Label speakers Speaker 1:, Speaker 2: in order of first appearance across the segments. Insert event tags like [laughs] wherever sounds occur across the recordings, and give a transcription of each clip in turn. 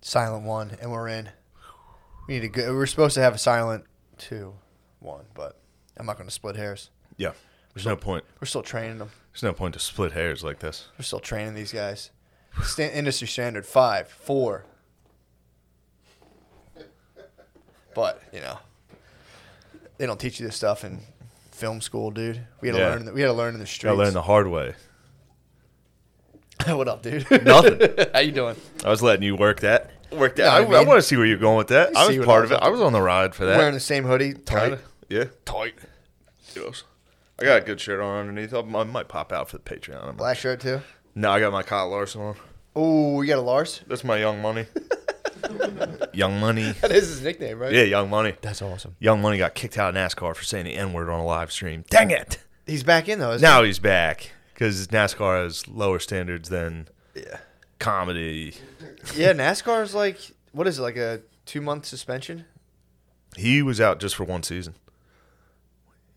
Speaker 1: silent one, and we're in. We need to go. We're supposed to have a silent two, one, but I'm not going to split hairs.
Speaker 2: Yeah. There's no point.
Speaker 1: We're still training them.
Speaker 2: There's no point to split hairs like this.
Speaker 1: We're still training these guys. Sta- industry standard five, four. But you know, they don't teach you this stuff in film school, dude. We had to
Speaker 2: Yeah.
Speaker 1: learn. in the- We had to learn in the streets.
Speaker 2: Gotta learn the
Speaker 1: [laughs]
Speaker 2: hard way.
Speaker 1: what up,
Speaker 2: [laughs]
Speaker 1: dude?
Speaker 2: Nothing.
Speaker 1: [laughs] How you doing?
Speaker 2: I was letting you work that. Work that.
Speaker 1: Yeah,
Speaker 2: I,
Speaker 1: I mean-
Speaker 2: want to see where you're going with that. I
Speaker 1: see what
Speaker 2: was part
Speaker 1: I was
Speaker 2: of it.
Speaker 1: up
Speaker 2: I was on the ride for that.
Speaker 1: Wearing the same hoodie, tight.
Speaker 2: Kinda. Yeah. Tight. What else? I got a good shirt on underneath. I'll- I might pop out for the Patreon. I'm-
Speaker 1: Black shirt too.
Speaker 2: No, I got my Kyle Larson on.
Speaker 1: Oh, you got a Lars?
Speaker 2: That's my Young
Speaker 1: [laughs]
Speaker 2: Money. young Money.
Speaker 1: That is his nickname, right?
Speaker 2: Yeah, Young Money.
Speaker 1: That's awesome.
Speaker 2: Young Money got kicked out of NASCAR for saying the N word on a live stream. Dang it!
Speaker 1: He's back in though. Isn't
Speaker 2: Now he's back because NASCAR has lower standards than
Speaker 1: he? Yeah.
Speaker 2: comedy.
Speaker 1: Yeah. NASCAR is like, what is it? Like a two month suspension?
Speaker 2: He was out just for one season.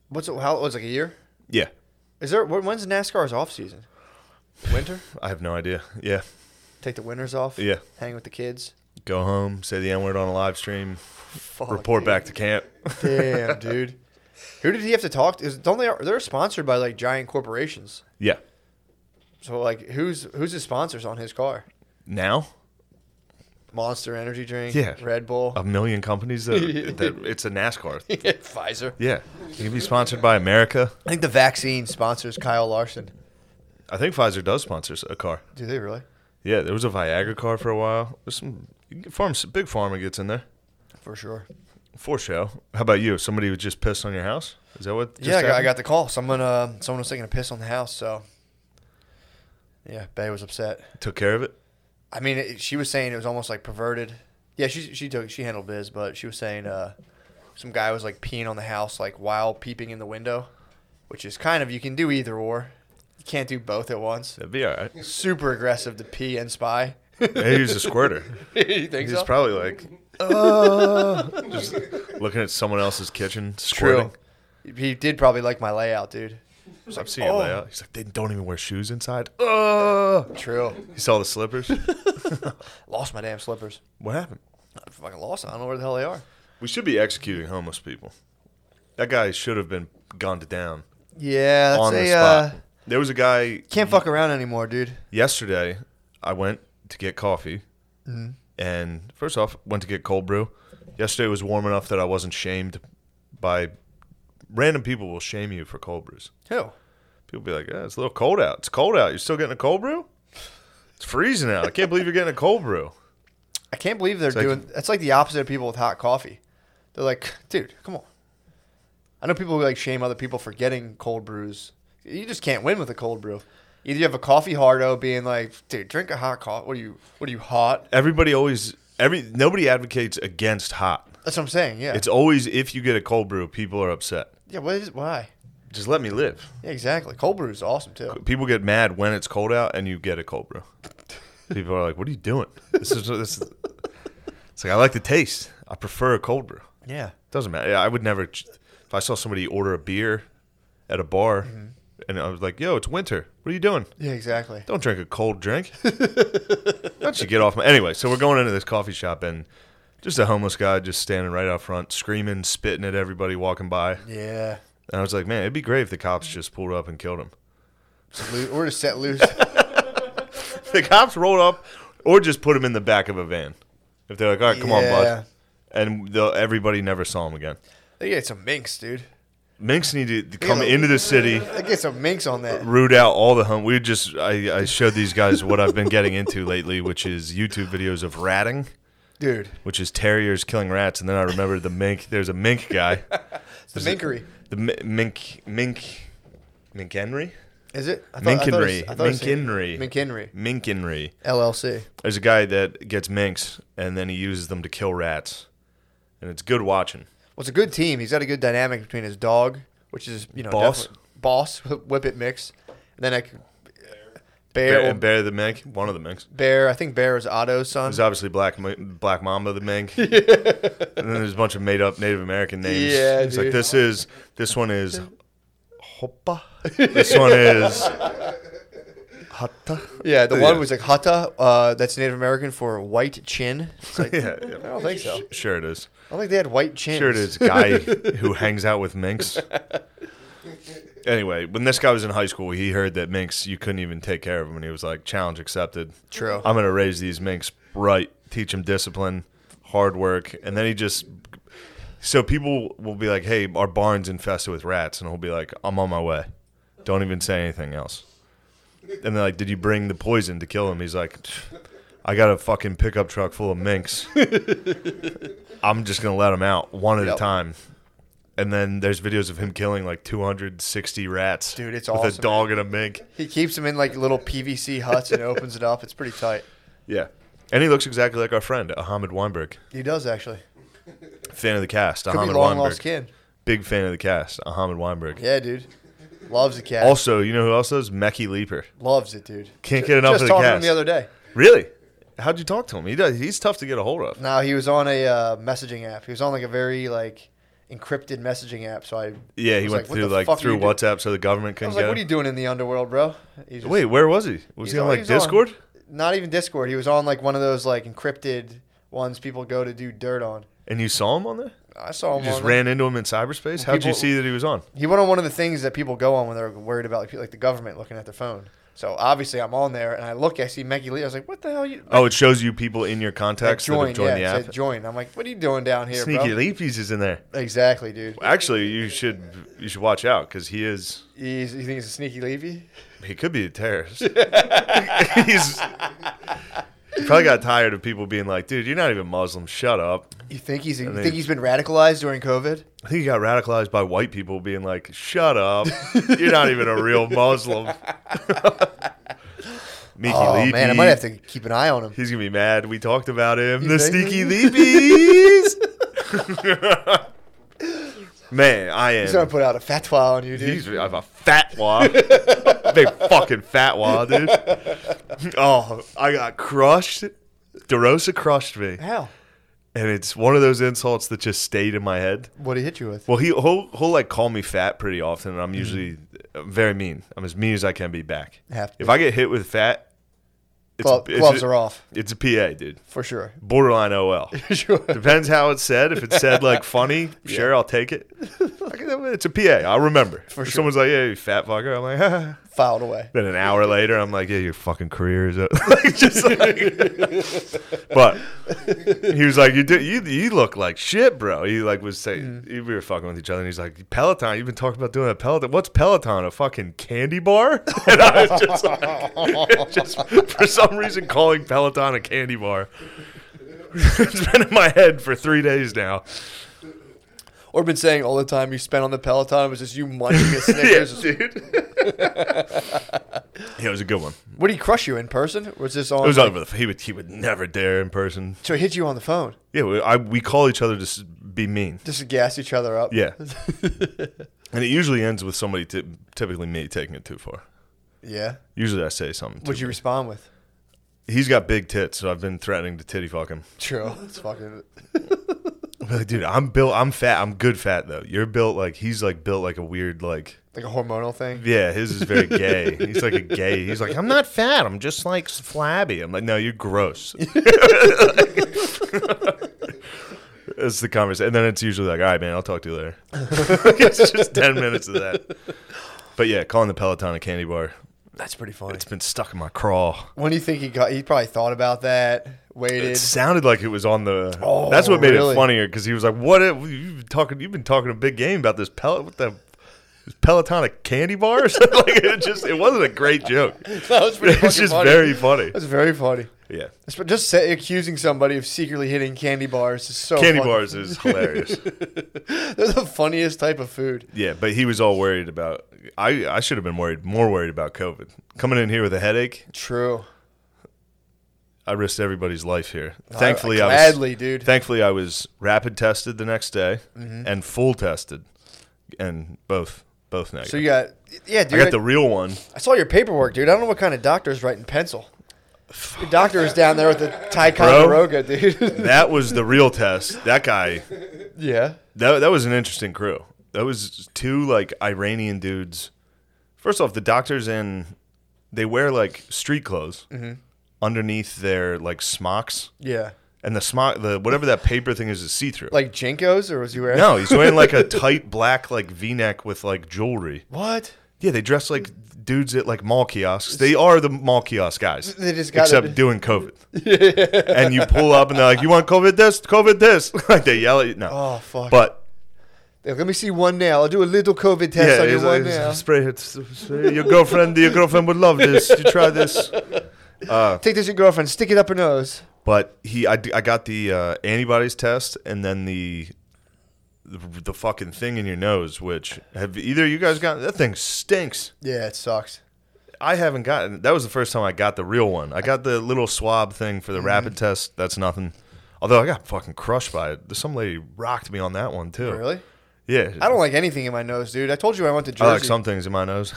Speaker 1: What's it? How? What's it, like a year?
Speaker 2: Yeah,
Speaker 1: Is there? when- When's NASCAR's off season? Winter.
Speaker 2: I have no idea. Yeah,
Speaker 1: Take the winters off.
Speaker 2: Yeah.
Speaker 1: Hang with the kids.
Speaker 2: go home, say the N word on a live stream,
Speaker 1: Fuck,
Speaker 2: report
Speaker 1: dude.
Speaker 2: back to camp. [laughs]
Speaker 1: Damn, [laughs] dude. Who did he have to talk to? Is, don't they? They're sponsored by like giant corporations.
Speaker 2: yeah,
Speaker 1: So like, who's who's his sponsors on his car?
Speaker 2: now
Speaker 1: Monster Energy drink.
Speaker 2: Yeah.
Speaker 1: Red Bull.
Speaker 2: a million companies that, that it's a
Speaker 1: [laughs]
Speaker 2: NASCAR.
Speaker 1: Pfizer.
Speaker 2: Yeah, you can be sponsored by America.
Speaker 1: I think the vaccine sponsors Kyle Larson.
Speaker 2: I think Pfizer does sponsor a car.
Speaker 1: Do they really?
Speaker 2: Yeah, there was a Viagra car for a while. There's some you can get farm, big pharma gets in there
Speaker 1: For sure.
Speaker 2: for show. How about you? Somebody was just pissed on your house. Is that what? just
Speaker 1: yeah, I got, I
Speaker 2: happened?
Speaker 1: got the call. Someone, uh, someone was taking a piss on the house. So, yeah, Bay was upset.
Speaker 2: took care of it.
Speaker 1: I mean, it, she was saying it was almost like perverted. Yeah, she she took she handled biz, but she was saying uh, some guy was like peeing on the house like while peeping in the window, which is kind of you can do either or, you can't do both at once.
Speaker 2: That'd be
Speaker 1: [laughs]
Speaker 2: all right.
Speaker 1: Super aggressive to pee and spy. [laughs]
Speaker 2: Yeah, he was a squirter.
Speaker 1: you think
Speaker 2: He's
Speaker 1: so?
Speaker 2: probably like just looking at someone else's kitchen squirting.
Speaker 1: Uh. True. He did probably like my layout, dude.
Speaker 2: So I've seen it
Speaker 1: Oh.
Speaker 2: lay out. He's like, they don't even wear shoes inside. Oh,
Speaker 1: True.
Speaker 2: he saw
Speaker 1: [laughs]
Speaker 2: the slippers.
Speaker 1: Lost my damn slippers.
Speaker 2: what happened?
Speaker 1: I fucking lost them. I don't know where the hell they are.
Speaker 2: We should be executing homeless people. That guy should have been gunned down
Speaker 1: Yeah, that's
Speaker 2: on
Speaker 1: a
Speaker 2: the
Speaker 1: uh,
Speaker 2: spot. there was a guy
Speaker 1: can't fuck around anymore, dude.
Speaker 2: yesterday I went to get coffee, and first off, went to get cold brew. Yesterday was warm enough that I wasn't shamed by random people will shame you for cold brews.
Speaker 1: Who?
Speaker 2: People be like, "Yeah, it's a little cold out. It's cold out. You're still getting a cold brew? It's freezing out. I can't believe you're getting a cold brew."
Speaker 1: I can't believe they're
Speaker 2: like-
Speaker 1: doing. that's like the opposite of people with hot coffee. They're like, dude, come on. I know people who like shame other people for getting cold brews. You just can't win with a cold brew. Either you have a coffee hardo being like, dude, drink a hot coffee. What are you? What are you hot?
Speaker 2: Everybody always every nobody advocates against hot.
Speaker 1: That's what I'm saying. Yeah.
Speaker 2: It's always if you get a cold brew, people are upset.
Speaker 1: yeah. What is? Why?
Speaker 2: Just let me live.
Speaker 1: Yeah. Exactly. Cold brew is awesome too.
Speaker 2: people get mad when it's cold out and you get a cold brew. People are like, "What are you doing?" This is this. Is, it's like I like the taste. I prefer a cold brew.
Speaker 1: Yeah.
Speaker 2: Doesn't matter. Yeah, I would never. ch- If I saw somebody order a beer at a bar, and I was like, "Yo, it's winter. What are you doing?
Speaker 1: Yeah. Exactly.
Speaker 2: Don't drink a cold drink." [laughs] Don't you get off my. Anyway, so we're going into this coffee shop and. Just a homeless guy just standing right out front, screaming, spitting at everybody walking by. And
Speaker 1: Yeah.
Speaker 2: I was like, man, it'd be great if the cops just pulled up and killed him.
Speaker 1: Just loo- We're just set
Speaker 2: [laughs]
Speaker 1: loose.
Speaker 2: the cops rolled up or just put him in the back of a van. If they're like, all right, come on,
Speaker 1: Yeah.
Speaker 2: bud. And the, everybody never saw him again.
Speaker 1: they get some minks, dude.
Speaker 2: Minks needed to come
Speaker 1: Yeah.
Speaker 2: into
Speaker 1: [laughs]
Speaker 2: the city,
Speaker 1: They get some minks on that.
Speaker 2: root out all the hum. We just, I, I showed these guys what I've been getting into lately, which is YouTube videos of ratting,
Speaker 1: Dude,
Speaker 2: which is terriers killing rats. And then I remembered the mink. There's a mink guy,
Speaker 1: it's the minkery.
Speaker 2: the mi- mink, mink, mink Henry,
Speaker 1: Is it? I thought- I thought
Speaker 2: Minkinry,
Speaker 1: it was- I thought it was-
Speaker 2: Minkinry,
Speaker 1: Minkinry.
Speaker 2: Minkinry.
Speaker 1: LLC.
Speaker 2: There's a guy that gets minks and then he uses them to kill rats, and it's good watching.
Speaker 1: Well, it's a good team. He's got a good dynamic between his dog, which is you know
Speaker 2: Boss.
Speaker 1: definitely- boss, [laughs] whip it mix, and then I could, bear,
Speaker 2: Bear,
Speaker 1: bear,
Speaker 2: and Bear the mink, one of the minks.
Speaker 1: I think bear is Otto's son.
Speaker 2: There's obviously Black Mi- Black Mamba
Speaker 1: [laughs]
Speaker 2: the mink, and then there's a bunch of made up Native American names.
Speaker 1: Yeah,
Speaker 2: it's like
Speaker 1: dude.
Speaker 2: this is
Speaker 1: [laughs]
Speaker 2: this one is Hoppa, this one is Hata.
Speaker 1: Yeah, the one was like hata. Uh, that's Native American for white chin. It's
Speaker 2: [laughs]
Speaker 1: like,
Speaker 2: Yeah,
Speaker 1: I
Speaker 2: yeah.
Speaker 1: don't think so.
Speaker 2: Sure it is.
Speaker 1: I don't think they had white chins.
Speaker 2: Sure it is. Guy who hangs out with minks. Anyway, when this guy was in high school, he heard that minks you couldn't even take care of them, and he was like, "Challenge accepted."
Speaker 1: True.
Speaker 2: I'm gonna raise these minks right, teach them discipline, hard work, and then he just. So people will be like, "Hey, our barn's infested with rats," and he'll be like, "I'm on my way. Don't even say anything else." And they're like, "Did you bring the poison to kill him?" He's like, "I got a fucking pickup truck full
Speaker 1: [laughs]
Speaker 2: of minks. I'm just gonna let them out one at
Speaker 1: Yep.
Speaker 2: a time." And then there's videos of him killing like 260 rats,
Speaker 1: Dude, it's
Speaker 2: with
Speaker 1: awesome,
Speaker 2: a dog and a mink.
Speaker 1: He keeps them in like little PVC huts and opens it up. It's pretty tight.
Speaker 2: Yeah. And he looks exactly like our friend, Ahmed Weinberg.
Speaker 1: He does actually.
Speaker 2: Fan of the cast,
Speaker 1: Could be
Speaker 2: Ahmed
Speaker 1: long
Speaker 2: Weinberg.
Speaker 1: lost kid.
Speaker 2: Big fan of the cast, Ahmed Weinberg.
Speaker 1: Yeah, dude. Loves the cat.
Speaker 2: Also, you know who else does? Mecky Leaper.
Speaker 1: Loves it, dude.
Speaker 2: Can't
Speaker 1: Ju-
Speaker 2: get enough
Speaker 1: Just
Speaker 2: of the
Speaker 1: talking to
Speaker 2: cast.
Speaker 1: him the other day.
Speaker 2: Really? How'd you talk to him? He does. He's tough to get a hold of.
Speaker 1: No, he was on a uh, messaging app. He was on like a very like encrypted messaging app. So I
Speaker 2: Yeah, he
Speaker 1: was
Speaker 2: went
Speaker 1: "What
Speaker 2: through
Speaker 1: the
Speaker 2: like
Speaker 1: fuck are
Speaker 2: through
Speaker 1: you doing?"
Speaker 2: WhatsApp so the
Speaker 1: I
Speaker 2: government couldn't
Speaker 1: was like,
Speaker 2: get
Speaker 1: "What are you
Speaker 2: him.
Speaker 1: doing in the underworld, bro?" He just-
Speaker 2: Wait, where was he? Was
Speaker 1: He's
Speaker 2: he on
Speaker 1: on-
Speaker 2: like
Speaker 1: he's on-
Speaker 2: Discord?
Speaker 1: Not even Discord. He was on like one of those like encrypted ones people go to do dirt on.
Speaker 2: And you saw him on there?
Speaker 1: I saw
Speaker 2: You
Speaker 1: him.
Speaker 2: just
Speaker 1: on there.
Speaker 2: ran into him in cyberspace? How'd you
Speaker 1: people-
Speaker 2: see that he was on?
Speaker 1: He went on one of the things that people go on when they're worried about like, like the government looking at their phone. So obviously I'm on there and I look, I see Maggie Lee. I was like, "What the hell? Are you
Speaker 2: Oh, it shows you people in your
Speaker 1: like,
Speaker 2: contacts that
Speaker 1: join?
Speaker 2: have joined
Speaker 1: yeah, it
Speaker 2: the
Speaker 1: said
Speaker 2: app.
Speaker 1: join." I'm like, "What are you doing down here,
Speaker 2: Sneaky
Speaker 1: bro?"
Speaker 2: Leapies is in there.
Speaker 1: Exactly, dude.
Speaker 2: Actually, you should you should watch out because he is
Speaker 1: He's, you think he's a sneaky Levy?
Speaker 2: He could be a terrorist. [laughs] He's he probably got tired of people being like, "Dude, you're not even Muslim. Shut up."
Speaker 1: You think he's? You
Speaker 2: think-
Speaker 1: think he's been radicalized during COVID?
Speaker 2: I think he got radicalized by white people being like, "Shut up. You're not even a real Muslim." [laughs] Mickey
Speaker 1: Oh
Speaker 2: Leapy.
Speaker 1: man, I might have to keep an eye on him.
Speaker 2: He's gonna be mad. We talked about him.
Speaker 1: You
Speaker 2: the
Speaker 1: think?
Speaker 2: sneaky
Speaker 1: [laughs]
Speaker 2: leapies. man, I am.
Speaker 1: He's gonna put out a fatwa on you, [laughs] dude.
Speaker 2: He's I'm a fat wad. Big fucking fat wad, dude. [laughs] Oh, I got crushed. DeRosa crushed me.
Speaker 1: How?
Speaker 2: And it's one of those insults that just stayed in my head.
Speaker 1: What did he hit you with?
Speaker 2: Well, he, he'll, he'll like call me fat pretty often, and I'm
Speaker 1: Mm.
Speaker 2: usually I'm very mean. I'm as mean as I can be back.
Speaker 1: Have to
Speaker 2: If
Speaker 1: be.
Speaker 2: I get hit with fat, it's,
Speaker 1: Glo-
Speaker 2: it's-
Speaker 1: gloves are off
Speaker 2: It's a PA, dude.
Speaker 1: for sure. [laughs]
Speaker 2: Borderline OL.
Speaker 1: sure.
Speaker 2: Depends how it's said. If it's said like funny, sure, I'll take it. I can- It's a PA. I'll remember. if someone's like, "Hey, you fat fucker," I'm like, [laughs]
Speaker 1: Filed away.
Speaker 2: Then an hour later, I'm like, "Yeah, your fucking career is up." [laughs] Like, just like- [laughs] but he was like, "You do, you you look like shit, bro." He like was saying we were fucking with each other, and he's like, "Peloton, you've been talking about doing a Peloton. What's Peloton? A fucking candy bar?" [laughs] And I was just like, [laughs] just for some reason calling Peloton a candy bar. [laughs] it's been in my head for three days now.
Speaker 1: Or been saying all the time you spent on the Peloton was just you munching
Speaker 2: [laughs]
Speaker 1: a Snickers.
Speaker 2: Yeah, dude. yeah, it was a good one.
Speaker 1: What did he crush you in person? Was this on?
Speaker 2: It was
Speaker 1: like-
Speaker 2: over the. He would he would never dare in person.
Speaker 1: so he hit you on the phone
Speaker 2: Yeah, we, I, we call each other to s- be mean.
Speaker 1: just to gas each other up.
Speaker 2: Yeah, and it usually ends with somebody, t- typically me, taking it too far.
Speaker 1: Yeah.
Speaker 2: Usually I say something. too-
Speaker 1: What'd you respond with?
Speaker 2: He's got big tits, so I've been threatening to titty fuck him.
Speaker 1: True. It's fucking.
Speaker 2: I'm like, dude, I'm built. I'm fat. I'm good fat though. You're built like he's like built like a weird like.
Speaker 1: Like a hormonal thing.
Speaker 2: Yeah, his is very gay. He's like a gay. He's like, I'm not fat. I'm just like flabby. I'm like, no, you're gross. [laughs] That's the conversation. And then it's usually like, all right, man, I'll talk to you later. [laughs] it's just 10 minutes of that. But yeah, calling the Peloton a candy bar,
Speaker 1: That's pretty funny.
Speaker 2: it's been stuck in my craw.
Speaker 1: When do you think he got? He probably thought about that, waited.
Speaker 2: It sounded like it was on the.
Speaker 1: Oh,
Speaker 2: that's what made it
Speaker 1: really?
Speaker 2: funnier because he was like, "What? it- You've been talking. You've been talking a big game about this pellet. What the is Peloton a candy bar?" or something? [laughs] like it just. It wasn't a great joke.
Speaker 1: [laughs] That was pretty
Speaker 2: [laughs] It's
Speaker 1: fucking
Speaker 2: just
Speaker 1: funny.
Speaker 2: very funny.
Speaker 1: That's very funny.
Speaker 2: Yeah,
Speaker 1: It's- but Just say, accusing somebody of secretly hitting candy bars is so
Speaker 2: candy
Speaker 1: funny.
Speaker 2: bars Oh, is
Speaker 1: [laughs]
Speaker 2: hilarious.
Speaker 1: They're the funniest type of food.
Speaker 2: yeah, but he was all worried about. I I should have been worried more worried about COVID coming in here with a headache.
Speaker 1: True.
Speaker 2: I risked everybody's life here. Thankfully, I,
Speaker 1: I,
Speaker 2: was.
Speaker 1: gladly, dude.
Speaker 2: Thankfully, I was rapid tested the next day
Speaker 1: Mm-hmm.
Speaker 2: and full tested, and both both negative.
Speaker 1: so you got, yeah,
Speaker 2: I
Speaker 1: dude. I,
Speaker 2: got the real one.
Speaker 1: I saw your paperwork, dude. I don't know what kind of doctor's writing pencil. Your doctor is down there with the Ticonderoga, dude. [laughs]
Speaker 2: That was the real test. That guy.
Speaker 1: yeah.
Speaker 2: That that was an interesting crew. That was two like Iranian dudes. First off, the doctors and they wear like street clothes
Speaker 1: Mm-hmm.
Speaker 2: underneath their like smocks,
Speaker 1: Yeah.
Speaker 2: and the smock, the whatever that paper thing is, is see through.
Speaker 1: Like Jinkos, or was he wearing?
Speaker 2: [laughs] no, he's wearing like a tight black like V-neck with like jewelry.
Speaker 1: What?
Speaker 2: Yeah, they dress like dudes at like mall kiosks. They are the mall kiosk guys.
Speaker 1: They just gotta
Speaker 2: except
Speaker 1: be-
Speaker 2: doing
Speaker 1: [laughs]
Speaker 2: COVID. And you pull up and they're like, "You want COVID this? COVID this?" [laughs] like they yell at you. No,
Speaker 1: Oh fuck.
Speaker 2: but
Speaker 1: Let me see one nail. I'll do a little COVID test on your
Speaker 2: it's- uh,
Speaker 1: one
Speaker 2: it's-
Speaker 1: nail.
Speaker 2: spray it. Spray it. Your girlfriend, your girlfriend would love this. You try this.
Speaker 1: Take this to your girlfriend. Stick it up her nose.
Speaker 2: But he, I, d- I got the uh, antibodies test and then the, the the fucking thing in your nose. Which have either of you guys got? That thing stinks.
Speaker 1: Yeah, it sucks.
Speaker 2: I haven't gotten. That was the first time I got the real one. I got the little swab thing for the
Speaker 1: Mm-hmm.
Speaker 2: rapid test. That's nothing. Although I got fucking crushed by it. There's Some lady rocked me on that one too.
Speaker 1: Really?
Speaker 2: Yeah.
Speaker 1: I don't like anything in my nose, dude. I told you I went to Jersey.
Speaker 2: I like some things in my nose.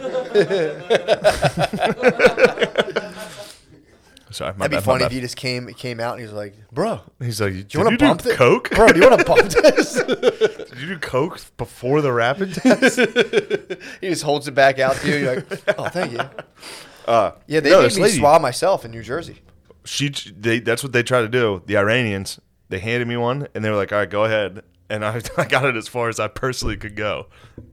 Speaker 2: [laughs] Sorry, my
Speaker 1: That'd be
Speaker 2: bad, my
Speaker 1: funny
Speaker 2: bad.
Speaker 1: if you just came came out and he was like, "Bro,
Speaker 2: He's like, did
Speaker 1: do you want to bump
Speaker 2: do
Speaker 1: this,
Speaker 2: coke?
Speaker 1: bro? Do you want to bump [laughs] this?"
Speaker 2: Did you do coke before the
Speaker 1: [laughs]
Speaker 2: rapid test?
Speaker 1: he just holds it back out to you. You're like, "Oh, thank you."
Speaker 2: [laughs] Uh,
Speaker 1: Yeah, they
Speaker 2: no,
Speaker 1: made
Speaker 2: this
Speaker 1: me
Speaker 2: lady-
Speaker 1: swab myself in New Jersey.
Speaker 2: she they that's what they try to do. The Iranians they handed me one and they were like, "All right, go ahead." And I, [laughs] I got it as far as I personally could go.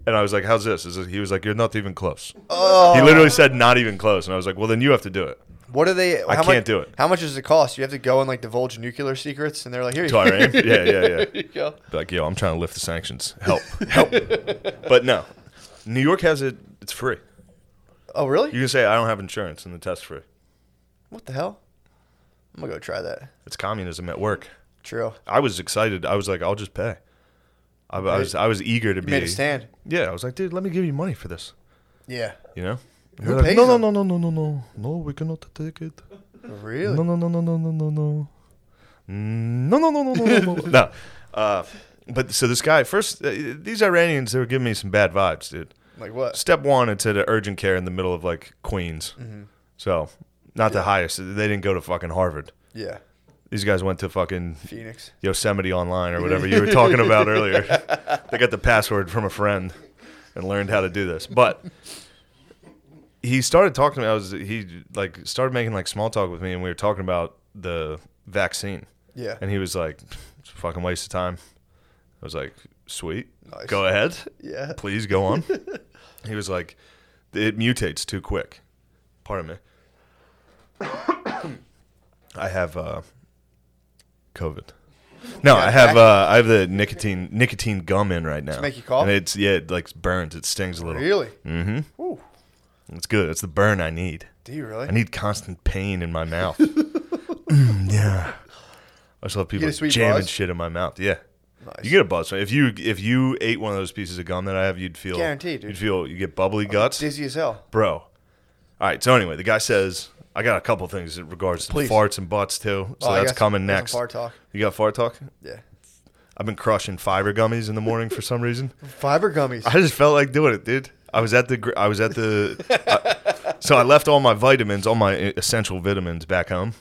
Speaker 2: And I was like, "How's this?" Is it, he was like, "You're not even close." He literally said, "Not even close." And I was like, "Well, then you have to do it."
Speaker 1: Oh, What are they?
Speaker 2: I
Speaker 1: how
Speaker 2: can't
Speaker 1: much,
Speaker 2: do it.
Speaker 1: How much does it cost? You have to go and like divulge nuclear secrets, and they're like, "Here you
Speaker 2: To
Speaker 1: [laughs] go."
Speaker 2: Iran, yeah, yeah, yeah.
Speaker 1: Here you go.
Speaker 2: Be like, "Yo, I'm trying to lift the sanctions. Help, help." but no, New York has it. It's free.
Speaker 1: Oh, really?
Speaker 2: You can say, "I don't have insurance," and the test free.
Speaker 1: What the hell? I'm gonna go try that.
Speaker 2: It's communism at work.
Speaker 1: True.
Speaker 2: I was excited. I was like, "I'll just pay." I, I was I was eager to
Speaker 1: You
Speaker 2: be.
Speaker 1: made a stand.
Speaker 2: Yeah, I was like, "Dude, let me give you money for this."
Speaker 1: Yeah.
Speaker 2: You know?
Speaker 1: Who
Speaker 2: They're like,
Speaker 1: pays
Speaker 2: no, no,
Speaker 1: them?
Speaker 2: no, no, no, no, no, no. We cannot take it.
Speaker 1: Really?
Speaker 2: No, no, no, no, no, no, no, no. Mm, No, no, no, no, no,
Speaker 1: [laughs]
Speaker 2: no, no. no. Uh, but so this guy first, uh, these Iranians, they were giving me some bad vibes, dude.
Speaker 1: Like what?
Speaker 2: Step one, it's at an urgent care in the middle of like Queens, so not the highest. They didn't go to fucking Harvard.
Speaker 1: Yeah.
Speaker 2: These guys went to fucking
Speaker 1: Phoenix.
Speaker 2: Yosemite Online or whatever you were talking about earlier. They got the password from a friend and learned how to do this. But he started talking to me. I was he like started making like small talk with me, and we were talking about the vaccine.
Speaker 1: Yeah.
Speaker 2: And he was like, "It's a fucking waste of time." I was like, "Sweet,
Speaker 1: Nice.
Speaker 2: go ahead,
Speaker 1: Yeah.
Speaker 2: please go
Speaker 1: [laughs]
Speaker 2: on." he was like, "It mutates too quick." Pardon me. [coughs] I have uh, COVID. No, I have uh, I have the nicotine nicotine gum in right now.
Speaker 1: make you cough?
Speaker 2: And it's yeah, it like burns. It stings a little.
Speaker 1: Really?
Speaker 2: Mm. It's good. It's the burn I need.
Speaker 1: Do you really?
Speaker 2: I need constant pain in
Speaker 1: [laughs]
Speaker 2: my mouth. Mm, yeah. I just love people
Speaker 1: a sweet
Speaker 2: jamming
Speaker 1: buzz?
Speaker 2: shit in my mouth. Yeah.
Speaker 1: Nice.
Speaker 2: You get a buzz. If you if you ate one of those pieces of gum that I have, you'd feel
Speaker 1: Guaranteed, dude.
Speaker 2: You'd feel you get bubbly guts,
Speaker 1: Dizzy as hell.
Speaker 2: bro. All right. So anyway, the guy says I got a couple things in regards to
Speaker 1: Please.
Speaker 2: farts and butts too. So
Speaker 1: Oh, I
Speaker 2: that's
Speaker 1: got some-
Speaker 2: coming
Speaker 1: got some
Speaker 2: next.
Speaker 1: fart talk.
Speaker 2: You got fart talk?
Speaker 1: Yeah.
Speaker 2: I've been crushing fiber gummies in the morning for
Speaker 1: [laughs]
Speaker 2: some reason.
Speaker 1: Fiber gummies.
Speaker 2: I just felt like doing it, dude. I was at the gr- I was at the I- so I left all my vitamins, all my essential vitamins back home.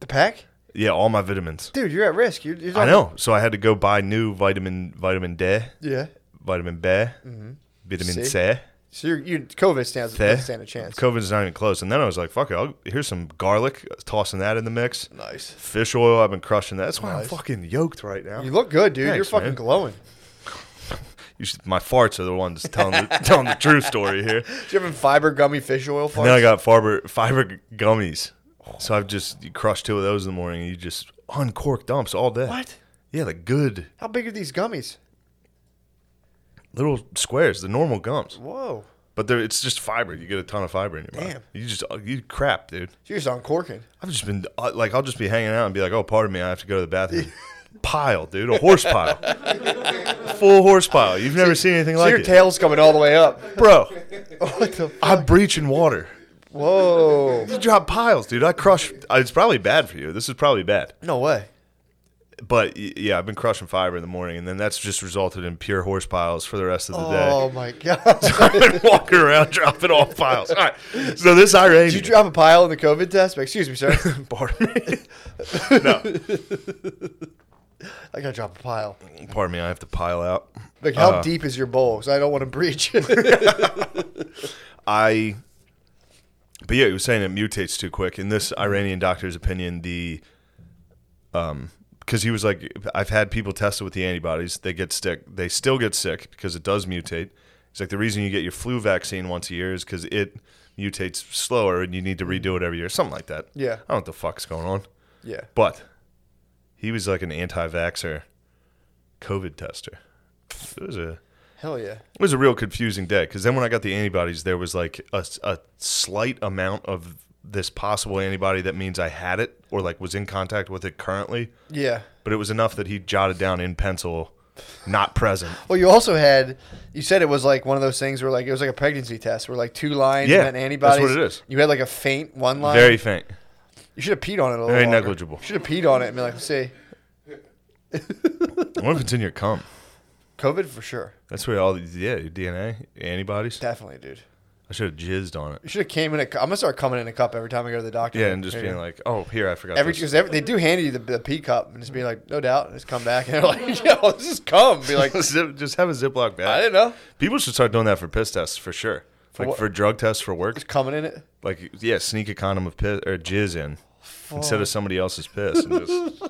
Speaker 1: the pack?
Speaker 2: Yeah, all my vitamins.
Speaker 1: Dude, you're at risk. You're, you're
Speaker 2: I
Speaker 1: talking-
Speaker 2: know. So I had to go buy new vitamin vitamin D,
Speaker 1: Yeah.
Speaker 2: vitamin B, vitamin
Speaker 1: Mm-hmm. See?
Speaker 2: C.
Speaker 1: So you're, you COVID stands
Speaker 2: There.
Speaker 1: doesn't stand a chance.
Speaker 2: COVID's not even close. And then I was like, fuck it, I'll, here's some garlic, tossing that in the mix.
Speaker 1: nice.
Speaker 2: Fish oil, I've been crushing that. That's why
Speaker 1: Nice.
Speaker 2: I'm fucking yoked right now.
Speaker 1: You look good, dude. you're
Speaker 2: Thanks,
Speaker 1: fucking
Speaker 2: man.
Speaker 1: glowing.
Speaker 2: You should, my farts are the ones telling the, [laughs] telling the true
Speaker 1: [laughs]
Speaker 2: story here.
Speaker 1: Do you have a fiber gummy fish oil farts? Oh.
Speaker 2: And then I got fiber fiber g- gummies. So I've just you crush two of those in the morning and you just uncork dumps all day.
Speaker 1: What?
Speaker 2: Yeah, the good
Speaker 1: How big are these gummies?
Speaker 2: little squares, the normal gums.
Speaker 1: Whoa.
Speaker 2: But they're, it's just fiber. You get a ton of fiber in your
Speaker 1: Damn.
Speaker 2: mouth. You just you crap, dude.
Speaker 1: You're just uncorking.
Speaker 2: I've just been uh, like I'll just be hanging out and be like, "Oh, pardon me, I have to go to
Speaker 1: [laughs]
Speaker 2: the bathroom." pile, dude, a horse pile. Full horse pile. You've never seen anything
Speaker 1: So
Speaker 2: like
Speaker 1: your
Speaker 2: it.
Speaker 1: tail's coming all the way up.
Speaker 2: Bro,
Speaker 1: [laughs] What the f-
Speaker 2: I'm breaching water.
Speaker 1: Whoa.
Speaker 2: You drop piles, dude. I crush uh, it's probably bad for you. This is probably bad.
Speaker 1: No way.
Speaker 2: but y- yeah, I've been crushing fiber in the morning, and then that's just resulted in pure horse piles for the rest of the [laughs]
Speaker 1: Oh, my [laughs] God.
Speaker 2: day. I've been walking around [laughs] dropping off piles. All right, so this Iranian,
Speaker 1: Did you drop a pile in the COVID test? Like, Excuse me, sir.
Speaker 2: [laughs] pardon me, [laughs] no,
Speaker 1: [laughs] I got to drop a pile.
Speaker 2: pardon me, I have to pile out.
Speaker 1: Like, how [laughs]
Speaker 2: Uh,
Speaker 1: deep is your bowl? Because I don't want to breach.
Speaker 2: I But yeah, he was saying it mutates too quick. In this Iranian doctor's opinion, the um, because he was like, I've had people tested with the antibodies. They get sick. They still get sick because it does mutate. He's like, the reason you get your flu vaccine once a year is because it mutates slower, and you need to redo it every year, something like that.
Speaker 1: Yeah.
Speaker 2: I don't know what the fuck's going on,
Speaker 1: Yeah.
Speaker 2: but he was like an anti-vaxer, COVID tester. It was a
Speaker 1: Hell yeah.
Speaker 2: it was a real confusing day because then when I got the antibodies, there was like a, a slight amount of this possible antibody that means I had it or like was in contact with it currently,
Speaker 1: Yeah.
Speaker 2: but it was enough that he jotted down in pencil, not present.
Speaker 1: Well, you also had, you said it was like one of those things where like it was like a pregnancy test where like two lines
Speaker 2: Yeah,
Speaker 1: and then
Speaker 2: that's
Speaker 1: antibodies.
Speaker 2: what it is.
Speaker 1: You had like a faint one line.
Speaker 2: Very faint.
Speaker 1: you should have peed on it a little
Speaker 2: very
Speaker 1: longer.
Speaker 2: negligible.
Speaker 1: You should have peed on it and be like, let's see,
Speaker 2: I wonder if it's in your cum.
Speaker 1: COVID for sure.
Speaker 2: That's where all the yeah, your DNA, antibodies.
Speaker 1: Definitely, dude.
Speaker 2: I should have jizzed on it.
Speaker 1: You should have came in a cu- I'm going to start coming in a cup every time I go to the doctor.
Speaker 2: Yeah, and just
Speaker 1: Here you
Speaker 2: being
Speaker 1: go.
Speaker 2: like, oh, here, I forgot.
Speaker 1: Every,
Speaker 2: this.
Speaker 1: cause every, they do hand you the, the pee cup and just be like, no doubt, just come back [laughs] and they're like, yo, this is cum. Be like, [laughs]
Speaker 2: Zip- [laughs] just have a Ziploc bag.
Speaker 1: I didn't know.
Speaker 2: People should start doing that for piss tests for sure. like
Speaker 1: what?
Speaker 2: for drug tests for work.
Speaker 1: Just coming in it.
Speaker 2: like yeah, sneak a condom of piss or jizz in instead of somebody else's piss,
Speaker 1: [laughs]
Speaker 2: and just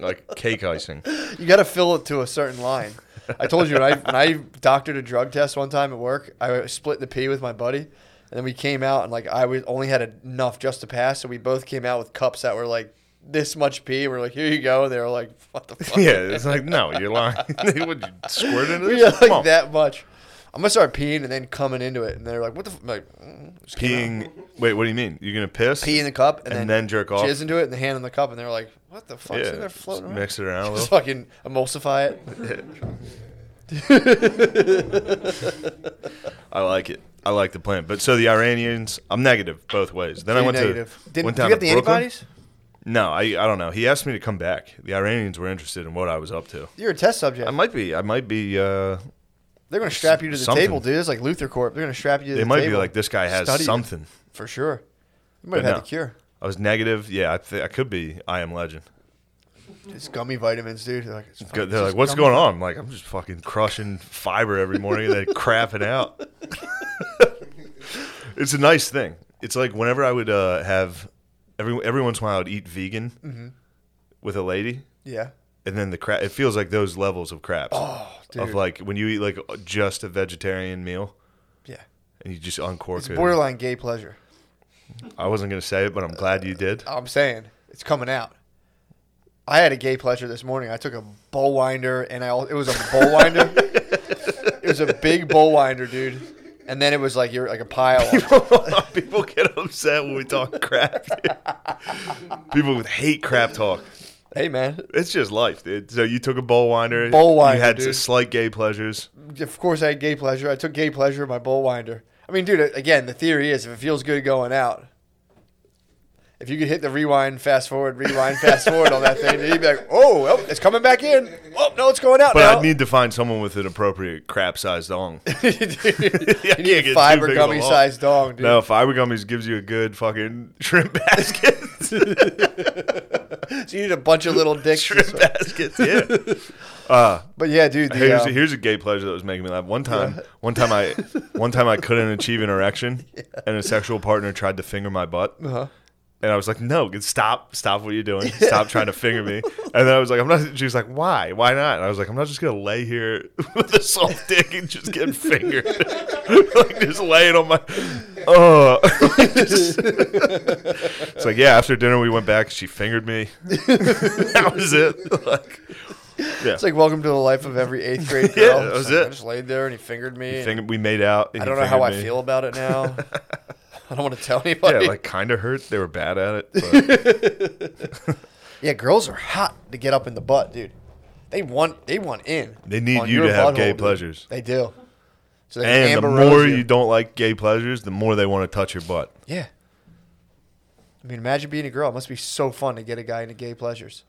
Speaker 2: like cake icing.
Speaker 1: You got to fill it to a certain line. I told you when
Speaker 2: [laughs]
Speaker 1: I when I doctored a drug test one time at work, I split the pee with my buddy, and then we came out and like I was only had enough just to pass, so we both came out with cups that were like this much pee. We're like, here you go. And they were like, what
Speaker 2: [laughs]
Speaker 1: the fuck? [laughs]
Speaker 2: Yeah, it's like no, you're lying. [laughs] Would you squirt into
Speaker 1: we
Speaker 2: this?
Speaker 1: had like
Speaker 2: Come on.
Speaker 1: that much. I'm gonna start peeing and then coming into it, and they're like, what the f-? I'm like mm, just came out.
Speaker 2: Peeing. Wait, what do you mean? You're gonna piss?
Speaker 1: pee in the cup and,
Speaker 2: and
Speaker 1: then,
Speaker 2: then jerk off.
Speaker 1: jizz into it and the hand in the cup, and they're like, what the fuck?
Speaker 2: yeah,
Speaker 1: Yeah, in there
Speaker 2: just
Speaker 1: floating around.
Speaker 2: mix it around
Speaker 1: [laughs]
Speaker 2: a
Speaker 1: Just
Speaker 2: little.
Speaker 1: fucking emulsify it.
Speaker 2: I like it. I like the plant. But so the Iranians, I'm negative both ways. Then I
Speaker 1: You're
Speaker 2: went
Speaker 1: negative.
Speaker 2: to
Speaker 1: Didn't
Speaker 2: went
Speaker 1: did
Speaker 2: down
Speaker 1: you get
Speaker 2: to
Speaker 1: the
Speaker 2: Brooklyn.
Speaker 1: antibodies?
Speaker 2: No, I I don't know. He asked me to come back. The Iranians were interested in what I was up to.
Speaker 1: You're a test subject.
Speaker 2: I might be. I might be. uh
Speaker 1: They're gonna strap you to the
Speaker 2: something.
Speaker 1: table, dude. It's like Luther Corp. They're gonna strap you to
Speaker 2: They
Speaker 1: the
Speaker 2: might
Speaker 1: table.
Speaker 2: be like this guy has
Speaker 1: Study it.
Speaker 2: something.
Speaker 1: For sure. You might
Speaker 2: But
Speaker 1: have had
Speaker 2: no.
Speaker 1: the cure.
Speaker 2: I was negative. Yeah, I, th- I could be. I am legend.
Speaker 1: It's gummy vitamins, dude. They're like, it's
Speaker 2: Good.
Speaker 1: fucking-
Speaker 2: They're
Speaker 1: it's
Speaker 2: like,
Speaker 1: just
Speaker 2: what's
Speaker 1: gummy."
Speaker 2: going on? I'm like, I'm just fucking crushing fiber every morning and
Speaker 1: [laughs]
Speaker 2: then crapping out. [laughs] it's a nice thing. It's like whenever I would uh, have every every once in a while I would eat vegan
Speaker 1: Mm-hmm.
Speaker 2: with a lady,
Speaker 1: Yeah.
Speaker 2: and then the crap. It feels like those levels of craps
Speaker 1: Oh, dude.
Speaker 2: of like when you eat like just a vegetarian meal
Speaker 1: yeah.
Speaker 2: and you just uncork
Speaker 1: It's
Speaker 2: it.
Speaker 1: borderline gay pleasure.
Speaker 2: I wasn't gonna say it, but I'm glad you did.
Speaker 1: I'm saying it's coming out. I had a gay pleasure this morning. I took a bowl winder, and I al- it was a bowl
Speaker 2: [laughs]
Speaker 1: winder. it was a big bowl winder, dude. And then it was like you're like a
Speaker 2: [laughs]
Speaker 1: pile.
Speaker 2: People get upset when we talk crap. [laughs] dude. People would hate crap talk.
Speaker 1: hey man,
Speaker 2: It's just life, dude. So you took a bowl winder.
Speaker 1: Bowl winder,
Speaker 2: You had
Speaker 1: dude.
Speaker 2: slight gay pleasures.
Speaker 1: of course I had gay pleasure. I took gay pleasure in my bowl winder. I mean, dude, again, the theory is if it feels good going out, if you could hit the rewind, fast forward, rewind, fast forward on that thing, you'd be like, oh, well, it's coming back in. Oh no, it's going out
Speaker 2: But
Speaker 1: now. [laughs]
Speaker 2: I'd need [laughs] to find someone with an appropriate crap sized dong.
Speaker 1: Dude,
Speaker 2: Yeah, I
Speaker 1: you
Speaker 2: can't get
Speaker 1: need
Speaker 2: too
Speaker 1: a fiber
Speaker 2: big of a
Speaker 1: gummy
Speaker 2: log.
Speaker 1: sized dong, dude.
Speaker 2: No, fiber gummies gives you a good fucking shrimp
Speaker 1: [laughs]
Speaker 2: [laughs] basket.
Speaker 1: So you need a bunch of
Speaker 2: [laughs]
Speaker 1: little dicks.
Speaker 2: shrimp baskets, yeah. Uh,
Speaker 1: But yeah, dude, the,
Speaker 2: [laughs] here's,
Speaker 1: uh,
Speaker 2: here's a gay pleasure that was making me laugh. One time, one time I,
Speaker 1: [laughs]
Speaker 2: one time I couldn't achieve an erection, and a sexual partner tried to finger my butt.
Speaker 1: uh-huh.
Speaker 2: And I was like, no, g- stop, stop what you're doing. Stop trying to finger me. And then I was like, I'm not, she was like, why? Why not? And I was like, I'm not just going to lay here [laughs] with a soft dick and just
Speaker 1: [laughs]
Speaker 2: get fingered. [laughs] like, just lay it on my, oh. [laughs]
Speaker 1: [laughs]
Speaker 2: Just- it's like, yeah, after dinner we went back, she
Speaker 1: [laughs]
Speaker 2: fingered me. [laughs] that was it. Like, yeah.
Speaker 1: it's like welcome to the life of every
Speaker 2: [laughs]
Speaker 1: eighth grade
Speaker 2: Yeah,
Speaker 1: girl.
Speaker 2: that
Speaker 1: It's
Speaker 2: was
Speaker 1: like,
Speaker 2: it.
Speaker 1: I just laid there and he fingered me. and
Speaker 2: Finger, we made out. and
Speaker 1: I
Speaker 2: he
Speaker 1: don't know how I
Speaker 2: fingered me.
Speaker 1: feel about it
Speaker 2: [laughs]
Speaker 1: now. [laughs] I don't want to tell
Speaker 2: Yeah,
Speaker 1: anybody. Yeah,
Speaker 2: like kind of hurt. They were bad at it. But
Speaker 1: girls are hot to get up in the butt, dude. They want they want in.
Speaker 2: They need
Speaker 1: on
Speaker 2: you
Speaker 1: your
Speaker 2: to have
Speaker 1: butthole,
Speaker 2: gay
Speaker 1: dude.
Speaker 2: pleasures.
Speaker 1: They do. So they
Speaker 2: and
Speaker 1: [laughs]
Speaker 2: the
Speaker 1: Amber Rose
Speaker 2: more you don't like gay pleasures, the more they want to touch your butt.
Speaker 1: yeah. I mean, imagine being a girl. It must be so fun to get a guy into gay pleasures.